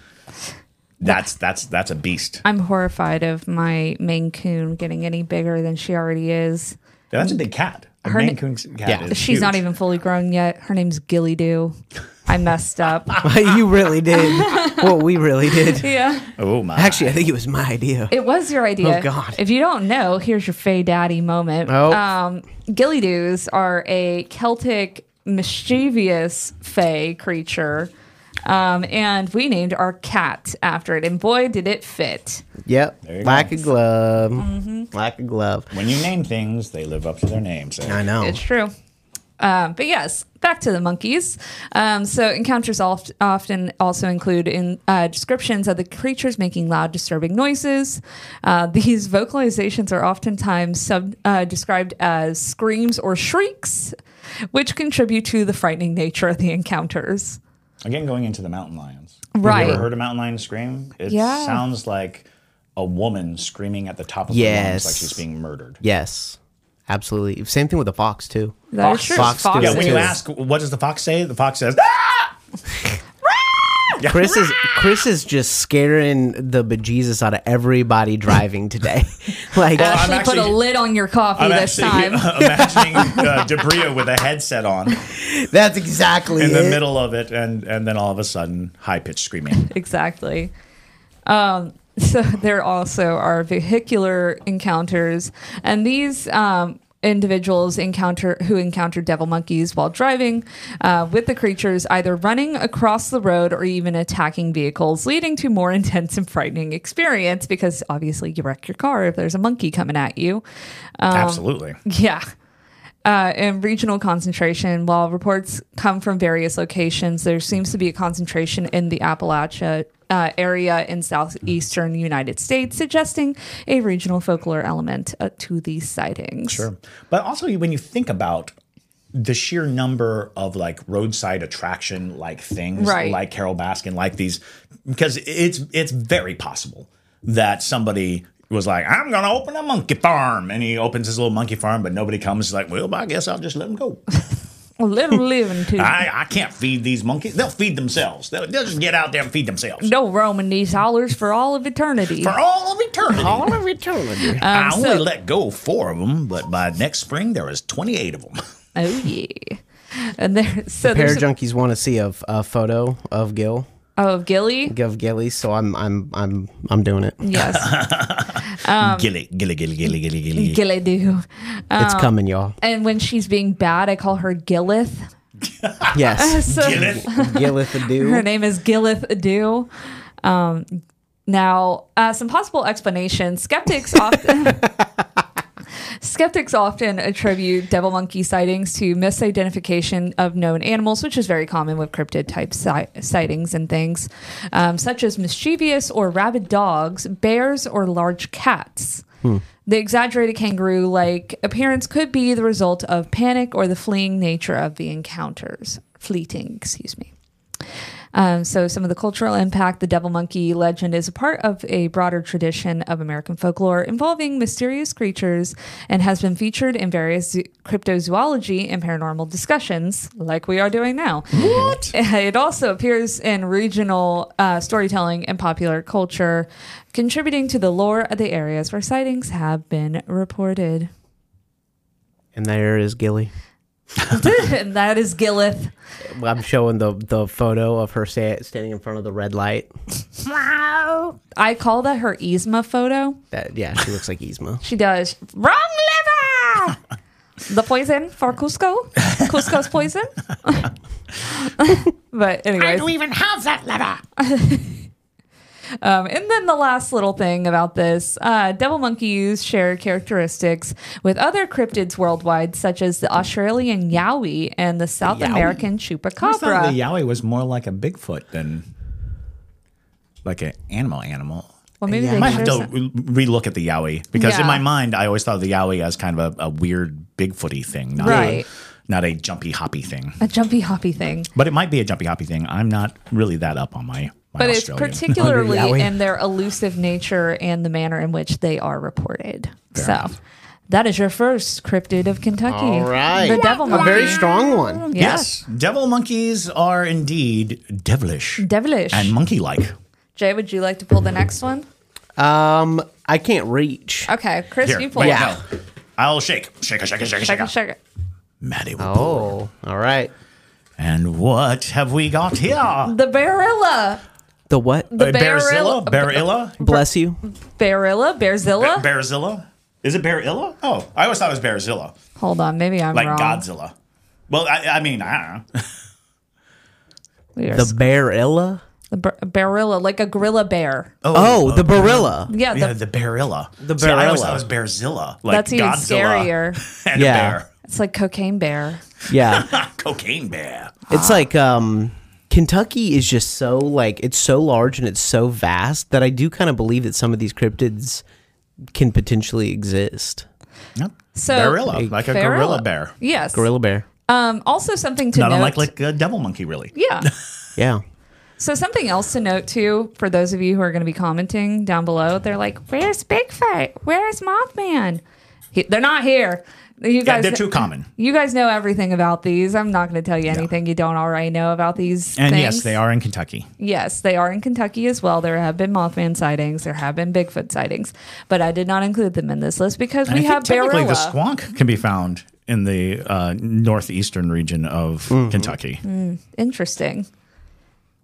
Speaker 2: That's that's that's a beast.
Speaker 3: I'm horrified of my Maine Coon getting any bigger than she already is.
Speaker 2: That's a big cat. A
Speaker 3: Her
Speaker 2: Maine
Speaker 3: na-
Speaker 2: Coon cat.
Speaker 4: Yeah.
Speaker 2: is
Speaker 3: She's not
Speaker 2: huge.
Speaker 3: even fully grown yet. Her name's Gilly Doo. I messed
Speaker 4: *laughs*
Speaker 3: up.
Speaker 4: you
Speaker 3: *laughs*
Speaker 4: really did. well, we really did.
Speaker 3: yeah.
Speaker 2: Oh my!
Speaker 4: Actually, I think it was my idea.
Speaker 3: It was your idea.
Speaker 4: Oh, God.
Speaker 3: If you don't know, here's your Fey Daddy moment.
Speaker 4: Oh.
Speaker 3: Um, Gilly Doos are a Celtic mischievous Fey creature. Um, and we named our cat after it. And boy, did it fit.
Speaker 4: Yep.
Speaker 2: you
Speaker 4: Like a glove.
Speaker 3: Mm-hmm.
Speaker 4: Like a glove.
Speaker 2: when you name things, they live up to their names.
Speaker 4: I know.
Speaker 3: It's true. Um, but yes, back to the monkeys. Um, so encounters oft- often also include in uh, descriptions of the creatures making loud, disturbing noises. Uh, *laughs* these vocalizations are oftentimes sub- uh, described as screams or shrieks, which contribute to the frightening nature of the encounters.
Speaker 2: Again, going into the mountain lions.
Speaker 3: Right.
Speaker 2: You ever heard a mountain lion scream? It
Speaker 3: Yeah.
Speaker 2: sounds like a woman screaming at the top of her lungs
Speaker 4: Yes.
Speaker 2: like she's being murdered.
Speaker 4: Yes. absolutely. Same thing with the fox too.
Speaker 3: That is
Speaker 2: Fox-
Speaker 3: true.
Speaker 4: Fox
Speaker 3: Fox
Speaker 4: do
Speaker 2: Yeah,
Speaker 4: it
Speaker 2: when
Speaker 4: too.
Speaker 2: you ask, what does the fox say? The fox says, ah! Yeah.
Speaker 4: Chris is Chris is just scaring the bejesus out of everybody driving today. *laughs* like
Speaker 2: Well, I'm
Speaker 3: actually, put a
Speaker 2: actually-
Speaker 3: lid on your coffee
Speaker 2: I'm
Speaker 3: this
Speaker 2: actually
Speaker 3: time.
Speaker 2: *laughs* imagining
Speaker 3: *laughs*
Speaker 2: uh, Debria with a headset on
Speaker 4: that's exactly
Speaker 2: in the
Speaker 4: it.
Speaker 2: middle of it, and, and then all of a sudden, high pitched screaming.
Speaker 3: *laughs* exactly. Um, *laughs* so there also are vehicular encounters, and these um, individuals encounter who encounter devil monkeys while driving uh, with the creatures either running across the road or even attacking vehicles, leading to more *laughs* intense and frightening experience. Because obviously, you wreck your car if there's a monkey coming at you. Oh.
Speaker 2: Absolutely.
Speaker 3: *laughs* Yeah. Uh, and regional concentration. While reports come from various locations, there seems to be a concentration in the Appalachia uh, area in southeastern United States, suggesting a regional folklore element uh, to these sightings.
Speaker 2: Sure. But also, when you think about the sheer number of like roadside attraction like things,
Speaker 3: Right.
Speaker 2: like Carol Baskin, like these, because it's it's very possible that somebody was like, "I'm gonna open a monkey farm," and he opens his little monkey farm, but nobody comes. He's like, "Well, I guess I'll just let them
Speaker 3: *laughs*
Speaker 2: go. *laughs*
Speaker 3: Little living too.
Speaker 2: I, I can't feed these monkeys. They'll feed themselves. They'll, they'll just get out there and feed themselves
Speaker 3: No roaming these hollers for all of eternity.
Speaker 2: for all of eternity."
Speaker 4: All of *laughs* eternity.
Speaker 2: I only
Speaker 3: Um, so-
Speaker 2: let go four of them, but by next spring there was 28 of them.
Speaker 3: oh yeah. And there, so
Speaker 4: Pair
Speaker 3: there's
Speaker 4: junkies want to see a, a photo of Gil
Speaker 3: oh Gilly.
Speaker 2: *laughs*
Speaker 4: of Gilly, so I'm I'm I'm I'm doing it.
Speaker 3: Yes, Um,
Speaker 2: *laughs* gilly, gilly, gilly, gilly, gilly, gilly.
Speaker 3: Gilly do.
Speaker 4: it's coming, y'all.
Speaker 3: And when she's being bad, I call her Gillith.
Speaker 4: Yes,
Speaker 3: *laughs* So, *laughs*
Speaker 2: Gilly.
Speaker 4: Gillith a
Speaker 3: Her *laughs*
Speaker 4: do.
Speaker 3: name is Gillith Adu. Um, now, uh, some possible explanations. Skeptics often. Skeptics often attribute devil monkey sightings to misidentification of known animals, which is very common with cryptid type si- sightings and things, um, such as mischievous or rabid dogs, bears, or large cats. The exaggerated kangaroo like appearance could be the result of panic or the fleeing nature of the encounters. Fleeting, excuse me. Um, so, some of the cultural impact the devil monkey legend is a part of a broader tradition of American folklore involving mysterious creatures and has been featured in various zo- cryptozoology and paranormal discussions, like we are doing now. What? *laughs* It also appears in regional uh, storytelling and popular culture, contributing to the lore of the areas where sightings have been reported.
Speaker 4: And there is Gilly.
Speaker 3: and *laughs* that is Gillith.
Speaker 4: I'm showing the the photo of her sta- standing in front of the red light.
Speaker 3: I call that her Yzma photo.
Speaker 4: That yeah, she looks like Yzma.
Speaker 3: She does. Wrong liver! the poison for Cusco. Cusco's poison. *laughs* but anyways.
Speaker 2: even have that letter.
Speaker 3: *laughs* Um, and then the last little thing about this uh, devil monkeys share characteristics with other cryptids worldwide, such as the Australian Yowie and the South
Speaker 2: Yowie?
Speaker 3: American
Speaker 2: I thought the
Speaker 3: Chupacabra.
Speaker 2: Yowie was more like a Bigfoot than like an animal animal.
Speaker 3: Well, maybe
Speaker 2: I
Speaker 3: they
Speaker 2: might have
Speaker 3: share
Speaker 2: to
Speaker 3: some-
Speaker 2: relook at the Yowie because
Speaker 3: Yeah.
Speaker 2: in my mind I always thought of the Yowie as kind of a, a weird Bigfooty thing, not
Speaker 3: Right.
Speaker 2: a, not a jumpy hoppy thing.
Speaker 3: a jumpy hoppy thing.
Speaker 2: But it might be a jumpy hoppy thing. I'm not really that up on my. my
Speaker 3: But it's
Speaker 2: Australian.
Speaker 3: particularly
Speaker 4: Yowie.
Speaker 3: in their elusive nature and the manner in which they are reported. so that is your first cryptid of Kentucky.
Speaker 4: All right,
Speaker 3: The devil
Speaker 4: a
Speaker 3: monkey.
Speaker 4: very strong one.
Speaker 2: yes, devil monkeys are indeed devilish
Speaker 3: Devilish.
Speaker 2: and monkey-like.
Speaker 3: Jay, would you like to pull the next one?
Speaker 4: Um, I can't reach.
Speaker 3: Okay, Chris,
Speaker 2: Here,
Speaker 3: you pull
Speaker 2: wait,
Speaker 3: it.
Speaker 4: Yeah.
Speaker 2: no. I'll shake, shake, shake, shake, shake,
Speaker 3: Check
Speaker 2: shake.
Speaker 3: it, check it.
Speaker 2: Maddie will pull
Speaker 4: Oh, all right.
Speaker 2: And what have we got
Speaker 3: *laughs*
Speaker 2: here?
Speaker 3: The Barilla.
Speaker 4: The what?
Speaker 3: The
Speaker 2: Uh,
Speaker 3: Barilla.
Speaker 2: Bearzilla? Barilla?
Speaker 4: Bless you.
Speaker 3: Barilla? Bearzilla?
Speaker 2: Ba- Bearzilla? Is it Bearilla? Oh, I always thought it was Bearzilla.
Speaker 3: Hold on, maybe I'm
Speaker 2: Like
Speaker 3: wrong.
Speaker 2: Godzilla. Well, I, I mean, I don't know.
Speaker 3: We are
Speaker 4: The
Speaker 3: s-
Speaker 4: Barilla.
Speaker 3: the bar- Barilla, like a gorilla bear.
Speaker 4: Oh, the Barilla.
Speaker 3: *laughs* Yeah,
Speaker 2: yeah,
Speaker 3: the,
Speaker 2: the Bearilla.
Speaker 4: The
Speaker 2: See, I always
Speaker 4: Barilla.
Speaker 2: thought it was Bearzilla. Like
Speaker 3: that's even
Speaker 2: Godzilla
Speaker 3: scarier.
Speaker 2: *laughs* And
Speaker 4: Yeah.
Speaker 2: a bear. *laughs*
Speaker 3: It's like cocaine bear.
Speaker 4: Yeah.
Speaker 2: Cocaine bear.
Speaker 4: It's like um Kentucky is just so like it's so large and it's so vast that I do kind of believe that some of these cryptids can potentially exist.
Speaker 2: Yep.
Speaker 3: So-
Speaker 2: Barilla, like a
Speaker 3: Barilla.
Speaker 2: gorilla bear.
Speaker 3: Yes.
Speaker 4: Gorilla bear.
Speaker 3: Um, also, something to
Speaker 2: Not
Speaker 3: note.
Speaker 2: unlike like a devil monkey, really.
Speaker 3: yeah.
Speaker 4: Yeah.
Speaker 3: So something else to note too for those of you who are going to be commenting down below, they're like, "Where's Bigfoot? Where's Mothman?" He- They're not here. You
Speaker 2: Yeah,
Speaker 3: guys,
Speaker 2: they're too common.
Speaker 3: you guys know everything about these. I'm not going to tell you anything you don't already know about these.
Speaker 2: And
Speaker 3: things.
Speaker 2: yes, they are in Kentucky.
Speaker 3: Yes, they are in Kentucky as well. There have been Mothman sightings. There have been Bigfoot sightings, but I did not include them in this list because
Speaker 2: And
Speaker 3: we
Speaker 2: I think
Speaker 3: have
Speaker 2: technically
Speaker 3: Barilla.
Speaker 2: the squonk can be found in the uh, northeastern region of Kentucky.
Speaker 3: Interesting.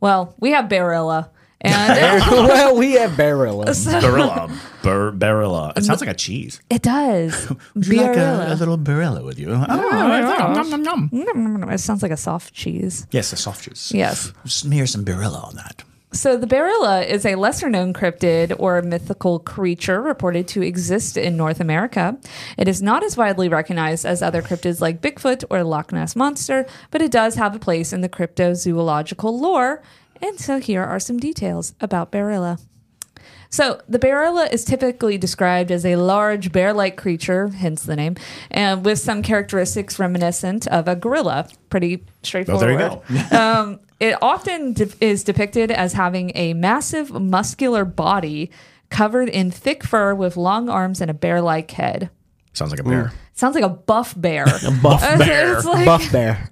Speaker 3: Well, we have Barilla, and
Speaker 4: *laughs*
Speaker 2: *laughs*
Speaker 4: well, we have Barilla.
Speaker 2: Barilla. Bar- Barilla. It sounds like a cheese.
Speaker 3: it does.
Speaker 2: Would you like a, a little Barilla with you? Oh, all right, nom, nom, nom, nom.
Speaker 3: It sounds like a soft cheese.
Speaker 2: Yes, Oh, a soft juice.
Speaker 3: Yes.
Speaker 2: Smear some Barilla on that.
Speaker 3: So the Barilla is a lesser known cryptid or mythical creature reported to exist in North America. It is not as widely recognized as other cryptids like Bigfoot or Loch Ness Monster, but it does have a place in the cryptozoological lore. And so here are some details about Barilla. So the Barilla is typically described as a large bear-like creature, hence the name, and with some characteristics reminiscent of a gorilla. Pretty
Speaker 2: Well,
Speaker 3: straightforward.
Speaker 2: Oh, there you go.
Speaker 3: Um, it often de- is depicted as having a massive muscular body covered in thick fur with long arms and a bear like head.
Speaker 2: Sounds like a bear.
Speaker 3: Sounds like a buff bear. *laughs*
Speaker 4: Buff
Speaker 3: It's-
Speaker 2: bear.
Speaker 3: It's *laughs* like
Speaker 4: Buff Bear.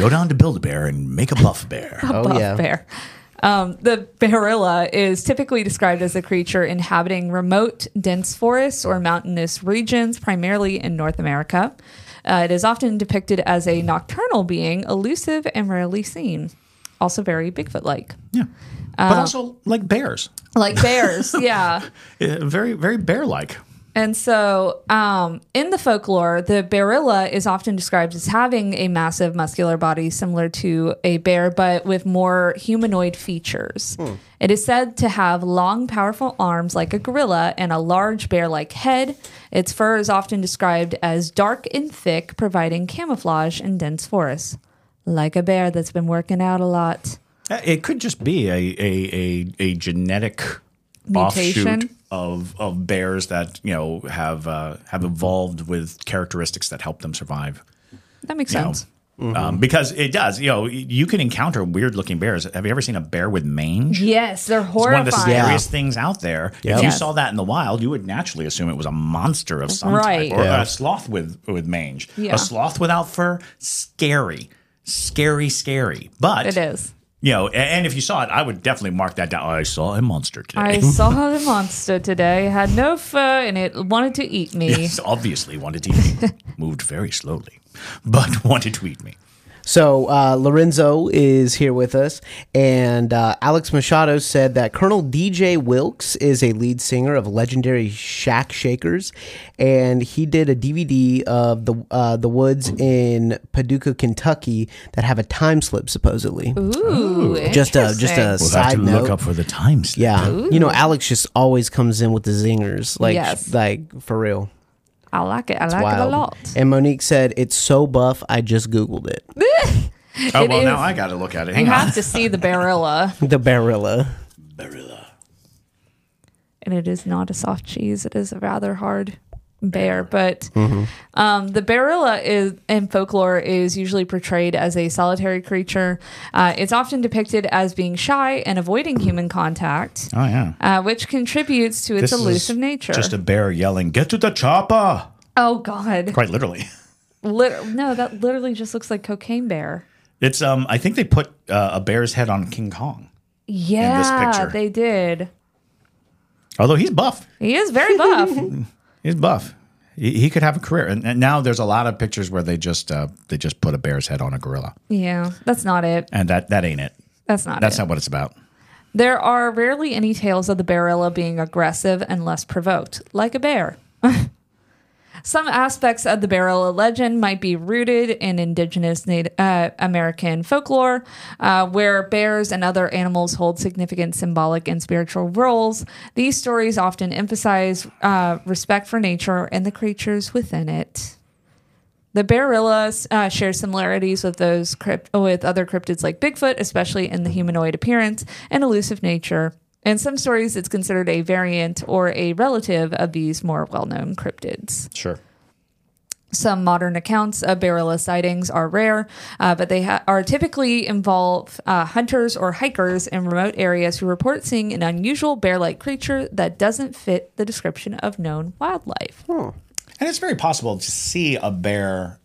Speaker 2: Go down to Build a Bear and make a buff bear.
Speaker 3: a *laughs* buff
Speaker 4: yeah.
Speaker 3: bear. Um, the barilla is typically described as a creature inhabiting remote, dense forests or mountainous regions, primarily in North America. Uh, it is often depicted as a nocturnal being, elusive and rarely seen. Also, very Bigfoot like.
Speaker 2: *laughs* yeah. Uh, But also like bears.
Speaker 3: Like bears, *laughs* yeah.
Speaker 2: Uh, very, very bear like.
Speaker 3: And so, um, in the folklore, the barilla is often described as having a massive muscular body similar to a bear, but with more humanoid features. It is said to have long, powerful arms like a gorilla and a large bear like head. Its fur is often described as dark and thick, providing camouflage in dense forests. Like a bear that's been working out a lot.
Speaker 2: Uh, It could just be a a a, a genetic
Speaker 3: Mutation?
Speaker 2: offshoot of of bears that you know have uh, have evolved with characteristics that help them survive.
Speaker 3: That makes
Speaker 2: You know.
Speaker 3: sense.
Speaker 2: Um, because it does, you know, you can encounter weird looking bears. Have you ever seen a bear with mange?
Speaker 3: Yes, they're
Speaker 2: It's one of
Speaker 3: horrifying.
Speaker 2: the scariest things out there. If you
Speaker 3: Yes.
Speaker 2: saw that in the wild, you would naturally assume it was a monster of some
Speaker 3: Right.
Speaker 2: type or
Speaker 4: Yeah.
Speaker 2: a sloth with with mange.
Speaker 3: Yeah.
Speaker 2: A sloth without fur, scary, scary, scary. But
Speaker 3: It is.
Speaker 2: you know, a- and if you saw it, I would definitely mark that down. I saw a monster
Speaker 3: I
Speaker 2: *laughs* today.
Speaker 3: saw the monster today. It Had no fur and it wanted to eat me.
Speaker 2: It's obviously wanted to
Speaker 3: *laughs*
Speaker 2: eat me. Moved very slowly, but *laughs* wanted to eat me.
Speaker 4: So uh, Lorenzo is here with us, and uh, Alex Machado said that Colonel DJ Wilkes is a lead singer of legendary Shack Shakers, and he did a DVD of the uh, the woods in Paducah, Kentucky, that have a time slip supposedly.
Speaker 3: Ooh,
Speaker 4: just a just
Speaker 3: interesting.
Speaker 4: a
Speaker 2: We'll have
Speaker 4: side
Speaker 2: to
Speaker 4: note.
Speaker 2: look up for the time slip.
Speaker 4: yeah, you know Alex just always comes in with the zingers, like
Speaker 3: Yes.
Speaker 4: like for real.
Speaker 3: I like it. I like it a
Speaker 4: Wild.
Speaker 3: lot.
Speaker 4: And Monique said it's so buff. I just googled it. *laughs*
Speaker 2: Oh
Speaker 3: It
Speaker 2: well, now
Speaker 3: is-
Speaker 2: I got to look at it.
Speaker 3: You
Speaker 2: Hang on.
Speaker 3: have to see the Barilla,
Speaker 4: The Barilla.
Speaker 3: and it is not a soft cheese. It is a rather hard bear, but um, the Barilla is in folklore is usually portrayed as a solitary creature. Uh, it's often depicted as being shy and avoiding human contact,
Speaker 2: Oh yeah.
Speaker 3: uh, which contributes to its
Speaker 2: This is
Speaker 3: elusive nature.
Speaker 2: Just a bear yelling, "Get to the chopper!"
Speaker 3: oh God.
Speaker 2: Quite literally. *laughs*
Speaker 3: Lit- no, that literally just looks like cocaine bear.
Speaker 2: It's um. I think they put uh, a bear's head on King Kong,
Speaker 3: Yeah,
Speaker 2: picture.
Speaker 3: they did.
Speaker 2: although he's buff.
Speaker 3: He is very
Speaker 2: *laughs*
Speaker 3: buff.
Speaker 2: He's buff. He, he could have a career. And, and now there's a lot of pictures where they just uh, they just put a bear's head on a gorilla,
Speaker 3: yeah, that's not it.
Speaker 2: and that that ain't it.
Speaker 3: That's not
Speaker 2: That's
Speaker 3: it.
Speaker 2: not what it's about.
Speaker 3: there are rarely any tales of the Barilla being aggressive unless provoked, like a bear. *laughs* Some aspects of the Barilla legend might be rooted in indigenous Native uh, American folklore, uh, where bears and other animals hold significant symbolic and spiritual roles. These stories often emphasize uh, respect for nature and the creatures within it. The Barilla uh, shares similarities with those crypt- with other cryptids like Bigfoot, especially in the humanoid appearance and elusive nature. In some stories, it's considered a variant or a relative of these more well-known cryptids.
Speaker 2: Sure.
Speaker 3: Some modern accounts of Barilla sightings are rare, uh, but they ha- are typically involve uh, hunters or hikers in remote areas who report seeing an unusual bear-like creature that doesn't fit the description of known wildlife.
Speaker 2: And it's very possible to see a bear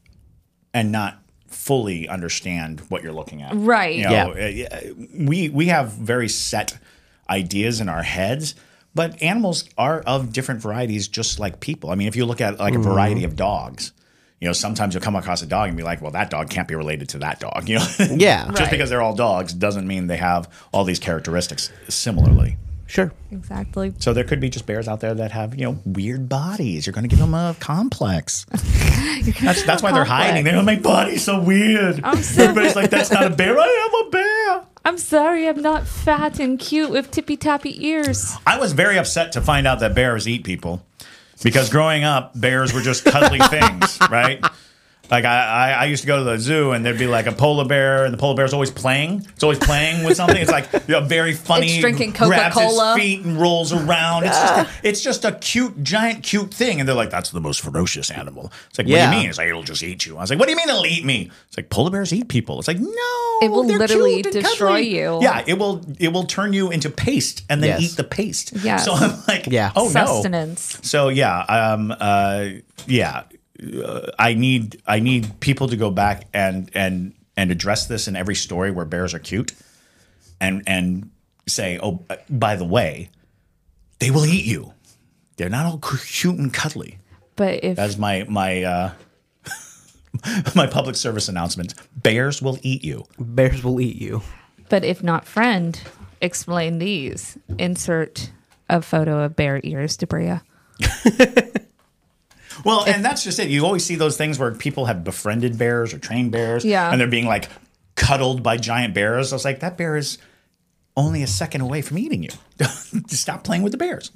Speaker 2: and not fully understand what you're looking at.
Speaker 3: Right.
Speaker 2: You know, uh, We we have very set ideas in our heads, but animals are of different varieties just like people. I mean, if you look at like a variety of dogs, you know, sometimes you'll come across a dog and be like, "Well, that dog can't be related to that dog." *laughs* You know.
Speaker 4: Yeah.
Speaker 2: Just because they're all dogs doesn't mean they have all these characteristics similarly.
Speaker 4: Sure.
Speaker 3: Exactly.
Speaker 2: So there could be just bears out there that have you know weird bodies. You're going to give them a complex. that's that's why they're hiding. They don't make bodies so weird.
Speaker 3: sorry.
Speaker 2: Everybody's like, that's not a bear. I am a bear.
Speaker 3: I'm sorry, I'm not fat and cute with tippy tappy ears.
Speaker 2: I was very upset to find out that bears eat people because growing up, bears were
Speaker 3: *laughs*
Speaker 2: just cuddly things, right? Like I, I, I used to go to the zoo and there'd be like a polar bear and the polar bear's always playing. It's always playing with something. It's like you know, very funny.
Speaker 3: It's drinking
Speaker 2: grabs its
Speaker 3: Coca-Cola. Ah.
Speaker 2: feet and rolls around. It's just, a, it's just a cute, giant, cute thing. And they're like, "That's the most ferocious animal." It's like, "What
Speaker 4: Yeah.
Speaker 2: do you mean?" It's like, "It'll just eat you." I was like, "What do you mean it'll eat me?" It's like polar bears eat people. It's like, "No,
Speaker 3: It will
Speaker 2: they're
Speaker 3: literally
Speaker 2: cute and
Speaker 3: destroy
Speaker 2: cuddly."
Speaker 3: you.
Speaker 2: Yeah, it will. It will turn you into paste and then
Speaker 4: Yes.
Speaker 2: eat the paste.
Speaker 3: Yes.
Speaker 2: So I'm like,
Speaker 4: Yeah.
Speaker 2: oh no.
Speaker 3: Sustenance.
Speaker 2: So yeah, um, uh, yeah, uh, I need I need people to go back and and and address this in every story where bears are cute, and and say, oh, uh, by the way, they will eat you. They're not all cu- cute and cuddly.
Speaker 3: But if
Speaker 2: That's my my uh, *laughs* my public service announcement. Bears will eat you.
Speaker 4: Bears will eat you.
Speaker 3: but if not friend, explain these. Insert a photo of bear ears to Bria.
Speaker 2: Well, and that's just it. You always see those things where people have befriended bears or trained bears,
Speaker 3: Yeah.
Speaker 2: and they're being like cuddled by giant bears. I was like, that bear is only a second away from eating you. *laughs* Stop playing with the bears.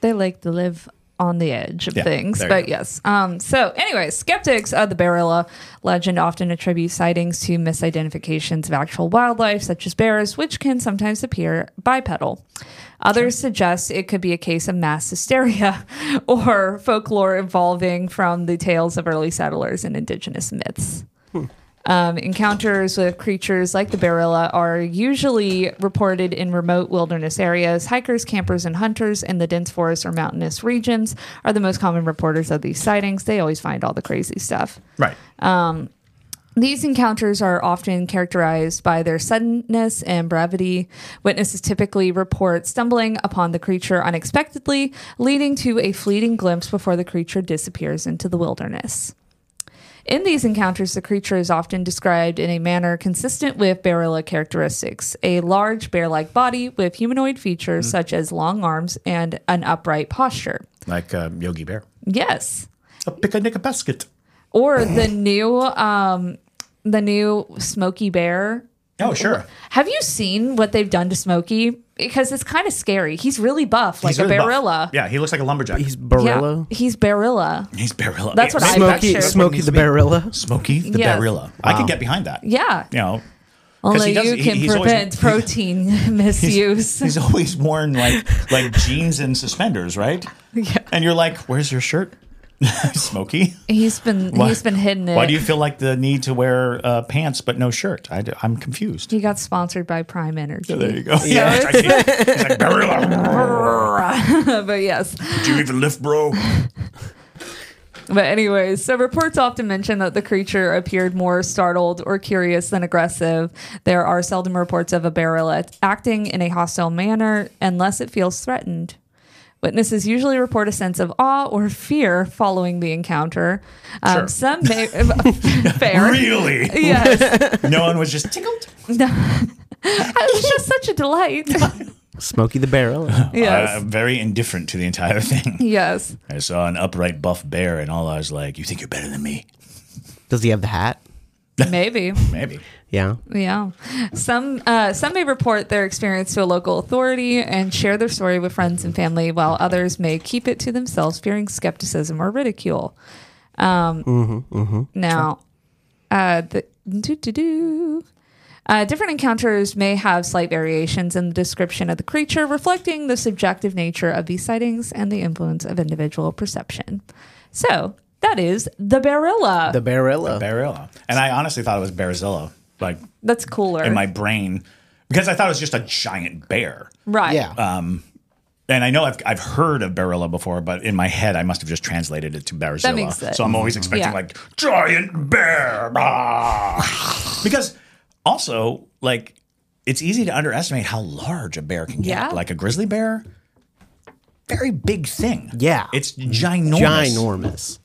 Speaker 3: They like to live on the edge of
Speaker 2: Yeah,
Speaker 3: things.
Speaker 2: there you
Speaker 3: But
Speaker 2: go.
Speaker 3: yes. Um, so, anyway, skeptics of the Barilla legend often attribute sightings to misidentifications of actual wildlife, such as bears, which can sometimes appear bipedal. Others suggest it could be a case of mass hysteria *laughs* or folklore evolving from the tales of early settlers and indigenous myths. Um, encounters with creatures like the barilla are usually reported in remote wilderness areas. Hikers, campers, and hunters in the dense forest or mountainous regions are the most common reporters of these sightings. They always find all the crazy stuff.
Speaker 2: Right.
Speaker 3: Um, These encounters are often characterized by their suddenness and brevity. Witnesses typically report stumbling upon the creature unexpectedly, leading to a fleeting glimpse before the creature disappears into the wilderness. In these encounters, the creature is often described in a manner consistent with Barilla characteristics a large bear like body with humanoid features such as long arms and an upright posture.
Speaker 2: like uh, Yogi Bear.
Speaker 3: Yes
Speaker 2: A picnic basket.
Speaker 3: or the new um the new Smokey Bear.
Speaker 2: Oh, sure.
Speaker 3: Have you seen what they've done to Smokey? Because it's kind of scary. He's really buff, like
Speaker 2: He's
Speaker 3: a
Speaker 2: really buff.
Speaker 3: barilla.
Speaker 2: Yeah, he looks like a lumberjack.
Speaker 4: He's
Speaker 2: He's,
Speaker 4: Barilla.
Speaker 3: he's barilla.
Speaker 2: Barilla.
Speaker 3: That's what I
Speaker 4: Smokey,
Speaker 3: Sure.
Speaker 4: Smokey the Barilla.
Speaker 2: Smokey the
Speaker 3: Yes.
Speaker 2: Barilla. I can get behind that.
Speaker 3: Yeah.
Speaker 2: You know,
Speaker 3: Only
Speaker 2: he does-
Speaker 3: you
Speaker 2: he-
Speaker 3: can
Speaker 2: he's always- *laughs*
Speaker 3: prevent protein *laughs* misuse. *laughs*
Speaker 2: he's always worn like like jeans and suspenders, right?
Speaker 3: *laughs*
Speaker 2: Yeah. And you're like, where's your shirt? *laughs* Smokey.
Speaker 3: he's been
Speaker 2: Why-
Speaker 3: he's been hidden it.
Speaker 2: Why do you feel like the need to wear uh, pants but no shirt? I, am confused.
Speaker 3: he got sponsored by Prime Energy.
Speaker 2: There you go. Yeah. It's like,
Speaker 3: *laughs*
Speaker 2: "Barilla,
Speaker 3: but yes.
Speaker 2: *laughs* do you even lift, bro?
Speaker 3: But anyways, so reports often mention that the creature appeared more startled or curious than aggressive. There are seldom reports of a barilla acting in a hostile manner unless it feels threatened. Witnesses usually report a sense of awe or fear following the encounter. Um,
Speaker 2: Sure.
Speaker 3: Some may fair.
Speaker 2: *laughs* Really?
Speaker 3: Yes, *laughs*
Speaker 2: No one was just tickled.
Speaker 3: it was just such a delight.
Speaker 4: Smokey the Barilla.
Speaker 2: Uh,
Speaker 3: Yes,
Speaker 2: very indifferent to the entire *laughs* thing.
Speaker 3: yes.
Speaker 2: I saw an upright buff bear, and all I was like, "You think you're better than me?"
Speaker 4: *laughs* Does he have the hat?
Speaker 3: Maybe.
Speaker 2: Maybe.
Speaker 4: Yeah.
Speaker 3: Yeah. Some uh, some may report their experience to a local authority and share their story with friends and family, while others may keep it to themselves, fearing skepticism or ridicule. Um, Now, uh, the, doo, doo, doo. Uh, different encounters may have slight variations in the description of the creature, reflecting the subjective nature of these sightings and the influence of individual perception. So that is the Barilla.
Speaker 4: The Barilla.
Speaker 2: Barilla. And I honestly thought it was Bearzilla, like
Speaker 3: That's cooler.
Speaker 2: in my brain, because I thought it was just a giant bear.
Speaker 3: right.
Speaker 4: yeah.
Speaker 2: and I know I've, I've heard of Barilla before, but in my head I must have just translated it to Barzilla.
Speaker 3: makes sense.
Speaker 2: So I'm always expecting
Speaker 3: Yeah.
Speaker 2: like giant bear, *laughs* ah. because also like it's easy to underestimate how large a bear can get.
Speaker 3: Yeah.
Speaker 2: Like a grizzly bear, very big thing.
Speaker 4: Yeah.
Speaker 2: it's ginormous.
Speaker 4: ginormous.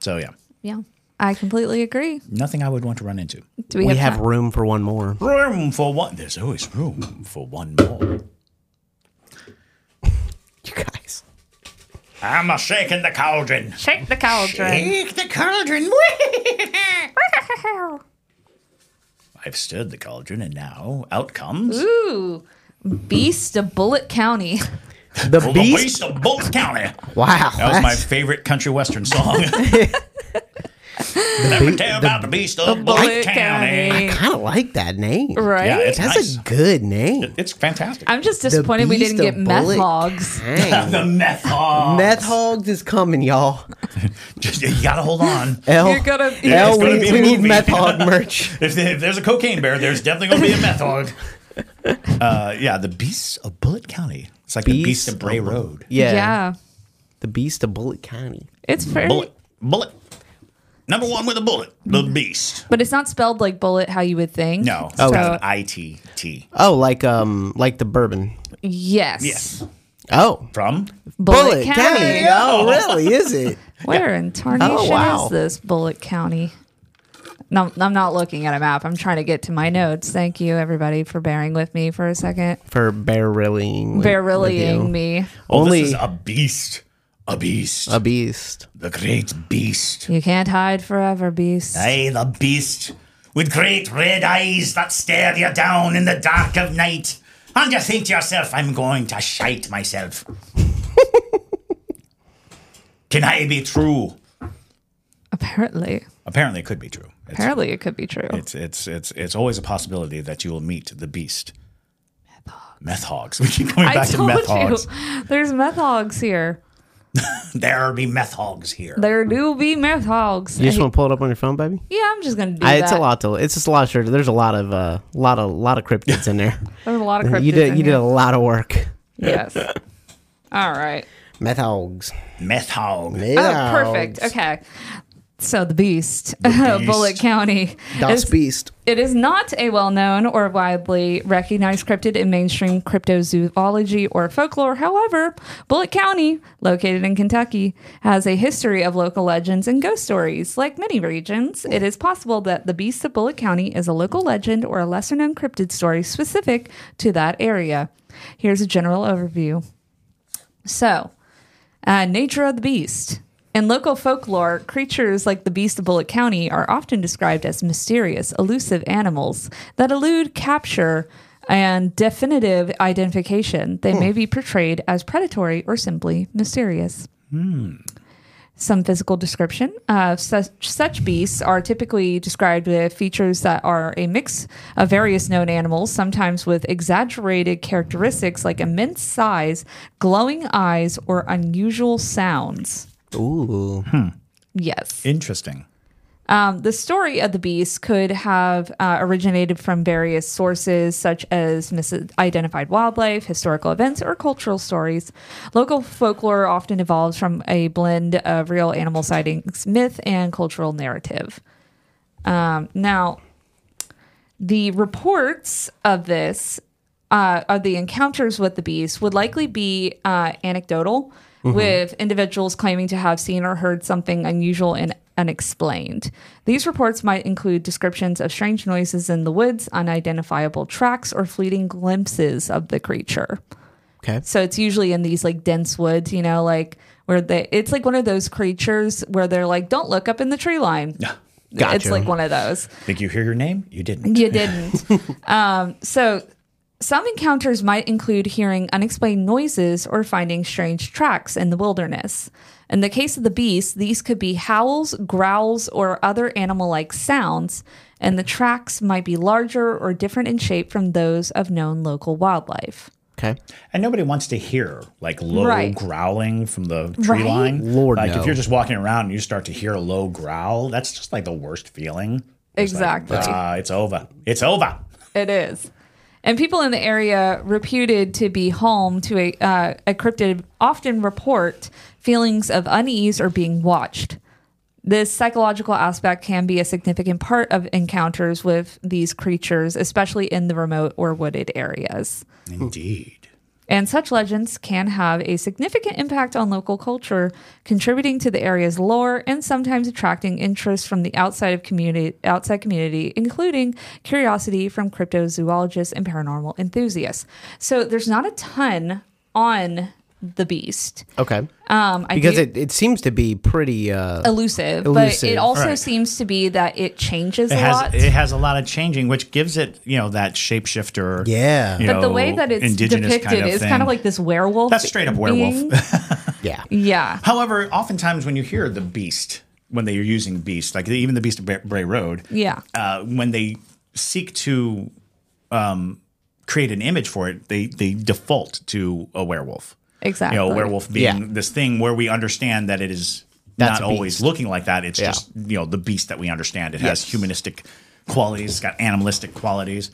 Speaker 2: So yeah,
Speaker 3: Yeah, I completely agree.
Speaker 2: nothing I would want to run into.
Speaker 3: Do we,
Speaker 4: We
Speaker 3: have,
Speaker 4: have
Speaker 3: time?
Speaker 4: room for one more.
Speaker 2: Room for one. There's always room for one more.
Speaker 4: You guys.
Speaker 2: I'm a shaking the cauldron.
Speaker 3: shake the cauldron?
Speaker 2: Shake the cauldron. I've stirred the cauldron, and now out
Speaker 3: *laughs*
Speaker 2: comes
Speaker 3: Ooh, beast of Bullet County.
Speaker 4: The
Speaker 2: the
Speaker 4: beast.
Speaker 2: beast of Bolt County.
Speaker 4: Wow.
Speaker 2: That was my
Speaker 4: that's-
Speaker 2: favorite country western *laughs* song. Let me tell about the beast of Bolt
Speaker 3: Bullitt
Speaker 2: County.
Speaker 3: County.
Speaker 4: I kind of like that name.
Speaker 3: Right?
Speaker 2: Yeah, it's
Speaker 4: That's
Speaker 2: nice.
Speaker 4: a
Speaker 2: *laughs*
Speaker 4: good name.
Speaker 2: it's fantastic.
Speaker 3: I'm just
Speaker 4: The
Speaker 3: disappointed we
Speaker 4: Beast
Speaker 3: didn't get
Speaker 4: of
Speaker 3: meth
Speaker 4: Bullet
Speaker 3: hogs.
Speaker 4: Kang.
Speaker 2: the meth hog.
Speaker 4: Meth Hogs is coming, y'all.
Speaker 2: *laughs* Just- you gotta hold on.
Speaker 4: L,
Speaker 3: You're gonna-
Speaker 2: Yeah,
Speaker 4: L
Speaker 2: it's
Speaker 4: we,
Speaker 2: gonna be a
Speaker 4: we need
Speaker 2: movie.
Speaker 4: Meth
Speaker 2: *laughs*
Speaker 4: Hog merch.
Speaker 2: If, there- if there's a cocaine bear, there's definitely gonna be a meth *laughs* hog. Uh, yeah, the beast of Bullitt County. It's like the beast of Bray Road.
Speaker 4: Yeah.
Speaker 3: yeah.
Speaker 4: The Beast of Bullet County.
Speaker 3: It's fair.
Speaker 2: Bullet. Bullet. Number one with a bullet. The beast.
Speaker 3: But it's not spelled like bullet how you would think.
Speaker 2: No. It's
Speaker 3: Oh.
Speaker 2: got an I T T.
Speaker 4: Oh, like um, like the bourbon.
Speaker 3: Yes.
Speaker 2: Yes.
Speaker 4: Oh,
Speaker 2: From
Speaker 3: Bullet, County. *laughs*
Speaker 4: Oh, really? Is it?
Speaker 3: Where in tarnation
Speaker 4: Oh, wow.
Speaker 3: is this Bullet County? No, I'm not looking at a map. I'm trying to get to my notes. Thank you, everybody, for bearing with me for a second. *laughs*
Speaker 4: For barreling.
Speaker 3: Barreling me.
Speaker 2: oh,
Speaker 4: Only-
Speaker 2: this is a beast. A beast.
Speaker 4: A beast.
Speaker 2: the great beast.
Speaker 3: You can't hide forever, beast.
Speaker 2: Aye, the beast. With great red eyes that stare you down in the dark of night. And you think to yourself, I'm going to shite myself. *laughs* Can I be true?
Speaker 3: Apparently.
Speaker 2: Apparently, it could be true. It's,
Speaker 3: Apparently, it could be true.
Speaker 2: It's it's it's it's always a possibility that you will meet the beast. Meth hogs. *laughs* We keep going
Speaker 3: I
Speaker 2: back to
Speaker 3: told
Speaker 2: meth
Speaker 3: you,
Speaker 2: hogs.
Speaker 3: *laughs* there's meth hogs here.
Speaker 2: There'll be meth hogs here.
Speaker 3: There do be meth hogs.
Speaker 4: You just want to pull it up on your phone, baby?
Speaker 3: *laughs* yeah, I'm just gonna do
Speaker 4: I,
Speaker 3: that.
Speaker 4: it's a lot to. It's just a lot of shirt. There's a lot of uh, lot of lot of cryptids in there.
Speaker 3: There's *laughs* a lot of cryptids.
Speaker 4: you did
Speaker 3: in
Speaker 4: you did
Speaker 3: here.
Speaker 4: a lot of work.
Speaker 3: Yes. *laughs* All right.
Speaker 4: Meth hogs.
Speaker 2: Meth hog.
Speaker 3: Oh, perfect. Okay. So the beast, *laughs* Bullet
Speaker 2: beast.
Speaker 3: County.
Speaker 4: Das
Speaker 3: is-
Speaker 4: Beast.
Speaker 3: It is not a well known or widely recognized cryptid in mainstream cryptozoology or folklore. However, Bullitt County, located in Kentucky, has a history of local legends and ghost stories. Like many regions, it is possible that the Beast of Bullitt County is a local legend or a lesser known cryptid story specific to that area. Here's a general overview. So, uh, nature of the beast. In local folklore, creatures like the beast of Bullitt County are often described as mysterious, elusive animals that elude capture and definitive identification. They may be portrayed as predatory or simply mysterious some physical description. Uh, such, such beasts are typically described with features that are a mix of various known animals, sometimes with exaggerated characteristics like immense size, glowing eyes, or unusual sounds.
Speaker 4: Ooh.
Speaker 3: Yes.
Speaker 2: Interesting.
Speaker 3: Um, the story of the beast could have uh, originated from various sources, such as misidentified wildlife, historical events, or cultural stories. Local folklore often evolves from a blend of real animal sightings, myth, and cultural narrative. Um, now, the reports of this uh, of the encounters with the beast would likely be uh, anecdotal, with individuals claiming to have seen or heard something unusual and unexplained. These reports might include descriptions of strange noises in the woods, unidentifiable tracks, or fleeting glimpses of the creature.
Speaker 4: Okay.
Speaker 3: So it's usually in these like dense woods, you know, like where they it's like one of those creatures where they're like, don't look up in the tree line. It's
Speaker 4: Gotcha.
Speaker 3: like one of those.
Speaker 2: Think you hear your name? You didn't.
Speaker 3: You didn't. um, so some encounters might include hearing unexplained noises or finding strange tracks in the wilderness. In the case of the beast, these could be howls, growls, or other animal like sounds, and the tracks might be larger or different in shape from those of known local wildlife.
Speaker 4: Okay.
Speaker 2: And nobody wants to hear like low
Speaker 3: Right.
Speaker 2: growling from the tree
Speaker 3: Right?
Speaker 2: line.
Speaker 4: Lord,
Speaker 2: like
Speaker 4: no.
Speaker 2: if you're just walking around and you start to hear a low growl, that's just like the worst feeling. It's like,
Speaker 3: Exactly.
Speaker 2: "Ah, it's over. It's over.
Speaker 3: It is. and people in the area reputed to be home to a, uh, a cryptid often report feelings of unease or being watched. This psychological aspect can be a significant part of encounters with these creatures, especially in the remote or wooded areas.
Speaker 2: Indeed.
Speaker 3: And such legends can have a significant impact on local culture, contributing to the area's lore and sometimes attracting interest from the outside of community outside community, including curiosity from cryptozoologists and paranormal enthusiasts. So there's not a ton on the beast.
Speaker 4: Okay.
Speaker 3: Um, I
Speaker 4: Because
Speaker 3: do-
Speaker 4: it, it seems to be pretty. Uh,
Speaker 3: Oh. elusive, but
Speaker 4: Elusive,
Speaker 3: it also
Speaker 2: right.
Speaker 3: seems to be that it changes
Speaker 2: It
Speaker 3: a
Speaker 2: has
Speaker 3: lot.
Speaker 2: it has a lot of changing, which gives it you know that shapeshifter.
Speaker 4: Yeah.
Speaker 2: you
Speaker 3: but the
Speaker 2: know,
Speaker 3: way that it's
Speaker 2: indigenous
Speaker 3: depicted is
Speaker 2: thing.
Speaker 3: kind of like this werewolf.
Speaker 2: That's straight up werewolf.
Speaker 3: being.
Speaker 4: yeah.
Speaker 3: yeah.
Speaker 2: However, oftentimes when you hear the beast, when they are using beast, like even the beast of Bra- Bray Road, *laughs*
Speaker 3: Yeah.
Speaker 2: uh, when they seek to um, create an image for it, they they default to a werewolf.
Speaker 3: Exactly.
Speaker 2: You know, a werewolf being
Speaker 4: Yeah.
Speaker 2: this thing where we understand that it is not
Speaker 4: That's a
Speaker 2: always
Speaker 4: beast.
Speaker 2: looking like that. It's
Speaker 4: Yeah.
Speaker 2: just you know the beast that we understand. It has
Speaker 4: Yes.
Speaker 2: humanistic qualities. It's got animalistic qualities.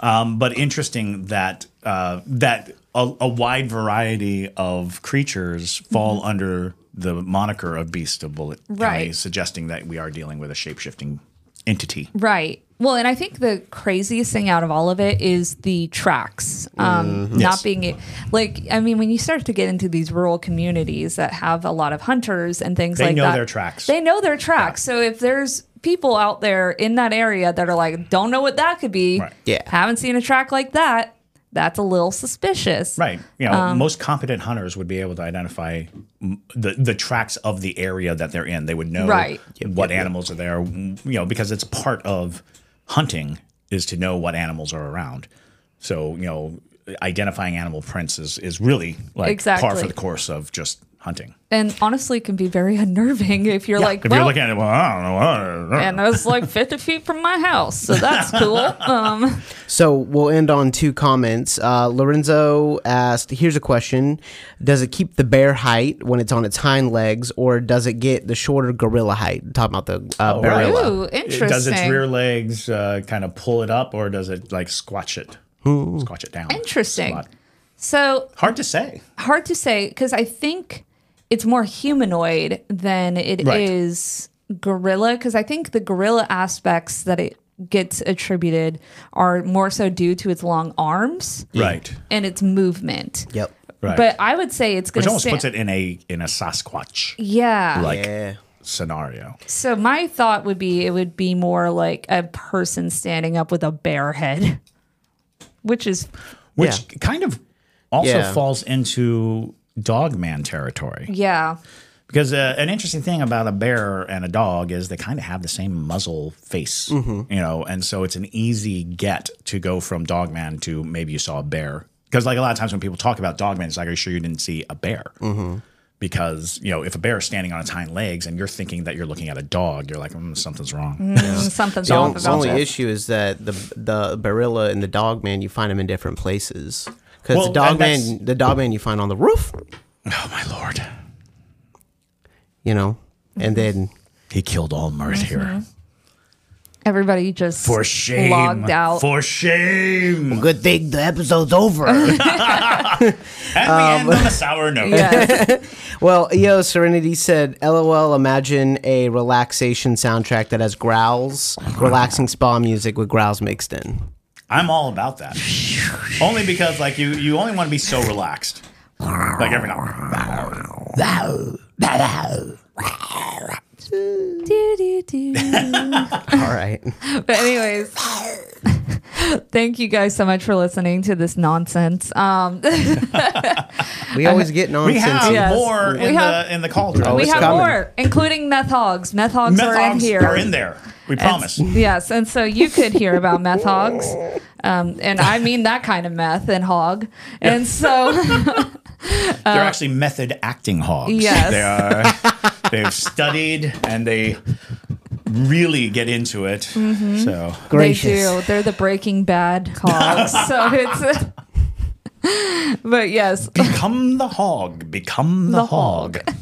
Speaker 2: Um, but interesting that uh, that a, a wide variety of creatures fall under the moniker of beast of bullet, County,
Speaker 3: Mm-hmm. Right.
Speaker 2: suggesting that we are dealing with a shape shifting entity.
Speaker 3: Right. Well, and I think the craziest thing out of all of it is the tracks. Um, Not
Speaker 2: Mm-hmm. Yes.
Speaker 3: being a- like, I mean, when you start to get into these rural communities that have a lot of hunters and things
Speaker 2: They
Speaker 3: like
Speaker 2: know
Speaker 3: that,
Speaker 2: their tracks.
Speaker 3: They know their tracks. So if there's people out there in that area that are like, don't know what that could be,
Speaker 2: Right.
Speaker 4: Yeah.
Speaker 3: haven't seen a track like that, that's a little suspicious.
Speaker 2: Right. You know,
Speaker 3: Um,
Speaker 2: most competent hunters would be able to identify mm, the the tracks of the area that they're in. They would know
Speaker 3: Right.
Speaker 2: what animals are there, mm, you know, because it's part of hunting is to know what animals are around. So, you know, identifying animal prints is, is really like par
Speaker 3: Exactly.
Speaker 2: for the course of just hunting.
Speaker 3: And honestly, can be very *laughs* unnerving if you're like,
Speaker 2: if
Speaker 3: well,
Speaker 2: you're looking at it, well, I don't know. I don't know.
Speaker 3: and I was like 50 feet from my house. So
Speaker 2: *laughs*
Speaker 3: that's cool. Um,
Speaker 4: So we'll end on two comments. Uh, Lorenzo asked, "Here's a question: Does it keep the bear height when it's on its hind legs, or does it get the shorter gorilla height?" talking about the uh,
Speaker 2: right.
Speaker 4: gorilla.
Speaker 3: Ooh, interesting.
Speaker 2: Does its rear legs uh, kind of pull it up or does it like squatch it? Squatch it down.
Speaker 3: Interesting.
Speaker 2: Squat.
Speaker 3: So
Speaker 2: Hard to say.
Speaker 3: hard to say because I think it's more humanoid than it is
Speaker 2: Right.
Speaker 3: gorilla. Because I think the gorilla aspects that it gets attributed are more so due to its long arms
Speaker 2: Right.
Speaker 3: and its movement.
Speaker 4: Yep.
Speaker 2: Right.
Speaker 3: But I would say it's going
Speaker 2: which
Speaker 3: to
Speaker 2: almost puts it in a in a Sasquatch
Speaker 3: Yeah.
Speaker 2: like
Speaker 4: Yeah.
Speaker 2: scenario.
Speaker 3: so my thought would be it would be more like a person standing up with a bear head, *laughs* which is
Speaker 2: which kind of also
Speaker 4: Yeah.
Speaker 2: falls into dogman territory
Speaker 3: yeah.
Speaker 2: because uh, an interesting thing about a bear and a dog is they kind of have the same muzzle face
Speaker 4: Mm-hmm.
Speaker 2: you know and so it's an easy get to go from dogman to maybe you saw a bear because like a lot of times when people talk about dogman it's like are you sure you didn't see a bear
Speaker 4: Mm-hmm.
Speaker 2: because you know if a bear is standing on its hind legs and you're thinking that you're looking at a dog you're like mm, something's wrong
Speaker 3: Something's
Speaker 4: The on-
Speaker 3: off
Speaker 4: the
Speaker 3: about
Speaker 4: only
Speaker 3: that.
Speaker 4: issue is that the the gorilla and the dog man you find them in different places because
Speaker 2: Well,
Speaker 4: the dog
Speaker 2: and that's-
Speaker 4: man the dog man you find on the roof,
Speaker 2: *laughs* oh my lord
Speaker 4: you know, and
Speaker 2: Mm-hmm.
Speaker 4: then
Speaker 2: he killed all mirth
Speaker 3: Mm-hmm.
Speaker 2: here
Speaker 3: Everybody just
Speaker 2: For shame.
Speaker 3: logged out.
Speaker 2: For shame.
Speaker 4: good thing the episode's over.
Speaker 2: And we end on a sour note. *laughs*
Speaker 3: Yes.
Speaker 4: Well, EO Serenity said, LOL, imagine a relaxation soundtrack that has growls, relaxing spa music with growls mixed in.
Speaker 2: I'm all about that. only because like you you only want to be so relaxed. Like every now
Speaker 3: Do, do, do. *laughs*
Speaker 4: All right.
Speaker 3: But anyways, thank you guys so much for listening to this nonsense. Um,
Speaker 4: We always get
Speaker 2: We
Speaker 4: nonsense.
Speaker 2: have
Speaker 3: Yes.
Speaker 2: more
Speaker 3: We
Speaker 2: in
Speaker 3: have-
Speaker 2: the in the cauldron.
Speaker 3: we
Speaker 4: it's
Speaker 3: have
Speaker 4: coming.
Speaker 3: more, including meth hogs. Meth hogs
Speaker 2: Meth
Speaker 3: are in
Speaker 2: hogs
Speaker 3: here.
Speaker 2: are in there. We promise.
Speaker 3: Yes, and so you could hear about meth hogs, um, and I mean that kind of meth and hog. And so, *laughs*
Speaker 2: They're actually method acting hogs.
Speaker 3: uh, Yes.
Speaker 2: They are *laughs* they've studied and they really get into it.
Speaker 3: Mm-hmm.
Speaker 2: So
Speaker 3: They
Speaker 4: Gracious.
Speaker 3: do. They're the Breaking Bad
Speaker 2: *laughs*
Speaker 3: hogs. so it's. *laughs* but yes,
Speaker 2: become the hog, become the,
Speaker 3: The
Speaker 2: hog.
Speaker 3: hog.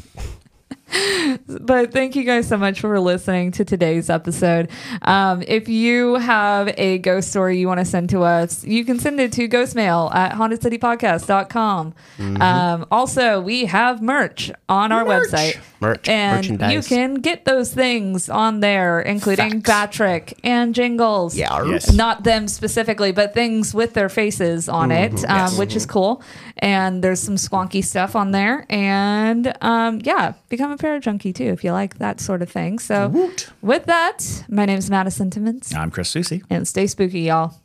Speaker 3: but thank you guys so much for listening to today's episode. Um, if you have a ghost story you want to send to us, you can send it to ghostmail at hauntedcitypodcast.com. Um, also, we have merch on our website.
Speaker 4: Merch,
Speaker 3: And you
Speaker 4: merchandise.
Speaker 3: can get those things on there, including Patrick and Jingles.
Speaker 4: Yeah.
Speaker 2: Yes.
Speaker 3: Not them specifically, but things with their faces on it, um, which is cool. And there's some squonky stuff on there. And um, yeah, become a para junkie too if you like that sort of thing. So,
Speaker 2: Woot.
Speaker 3: with that, my name's Madison Timmons.
Speaker 2: I'm Chris Susie.
Speaker 3: And stay spooky, y'all.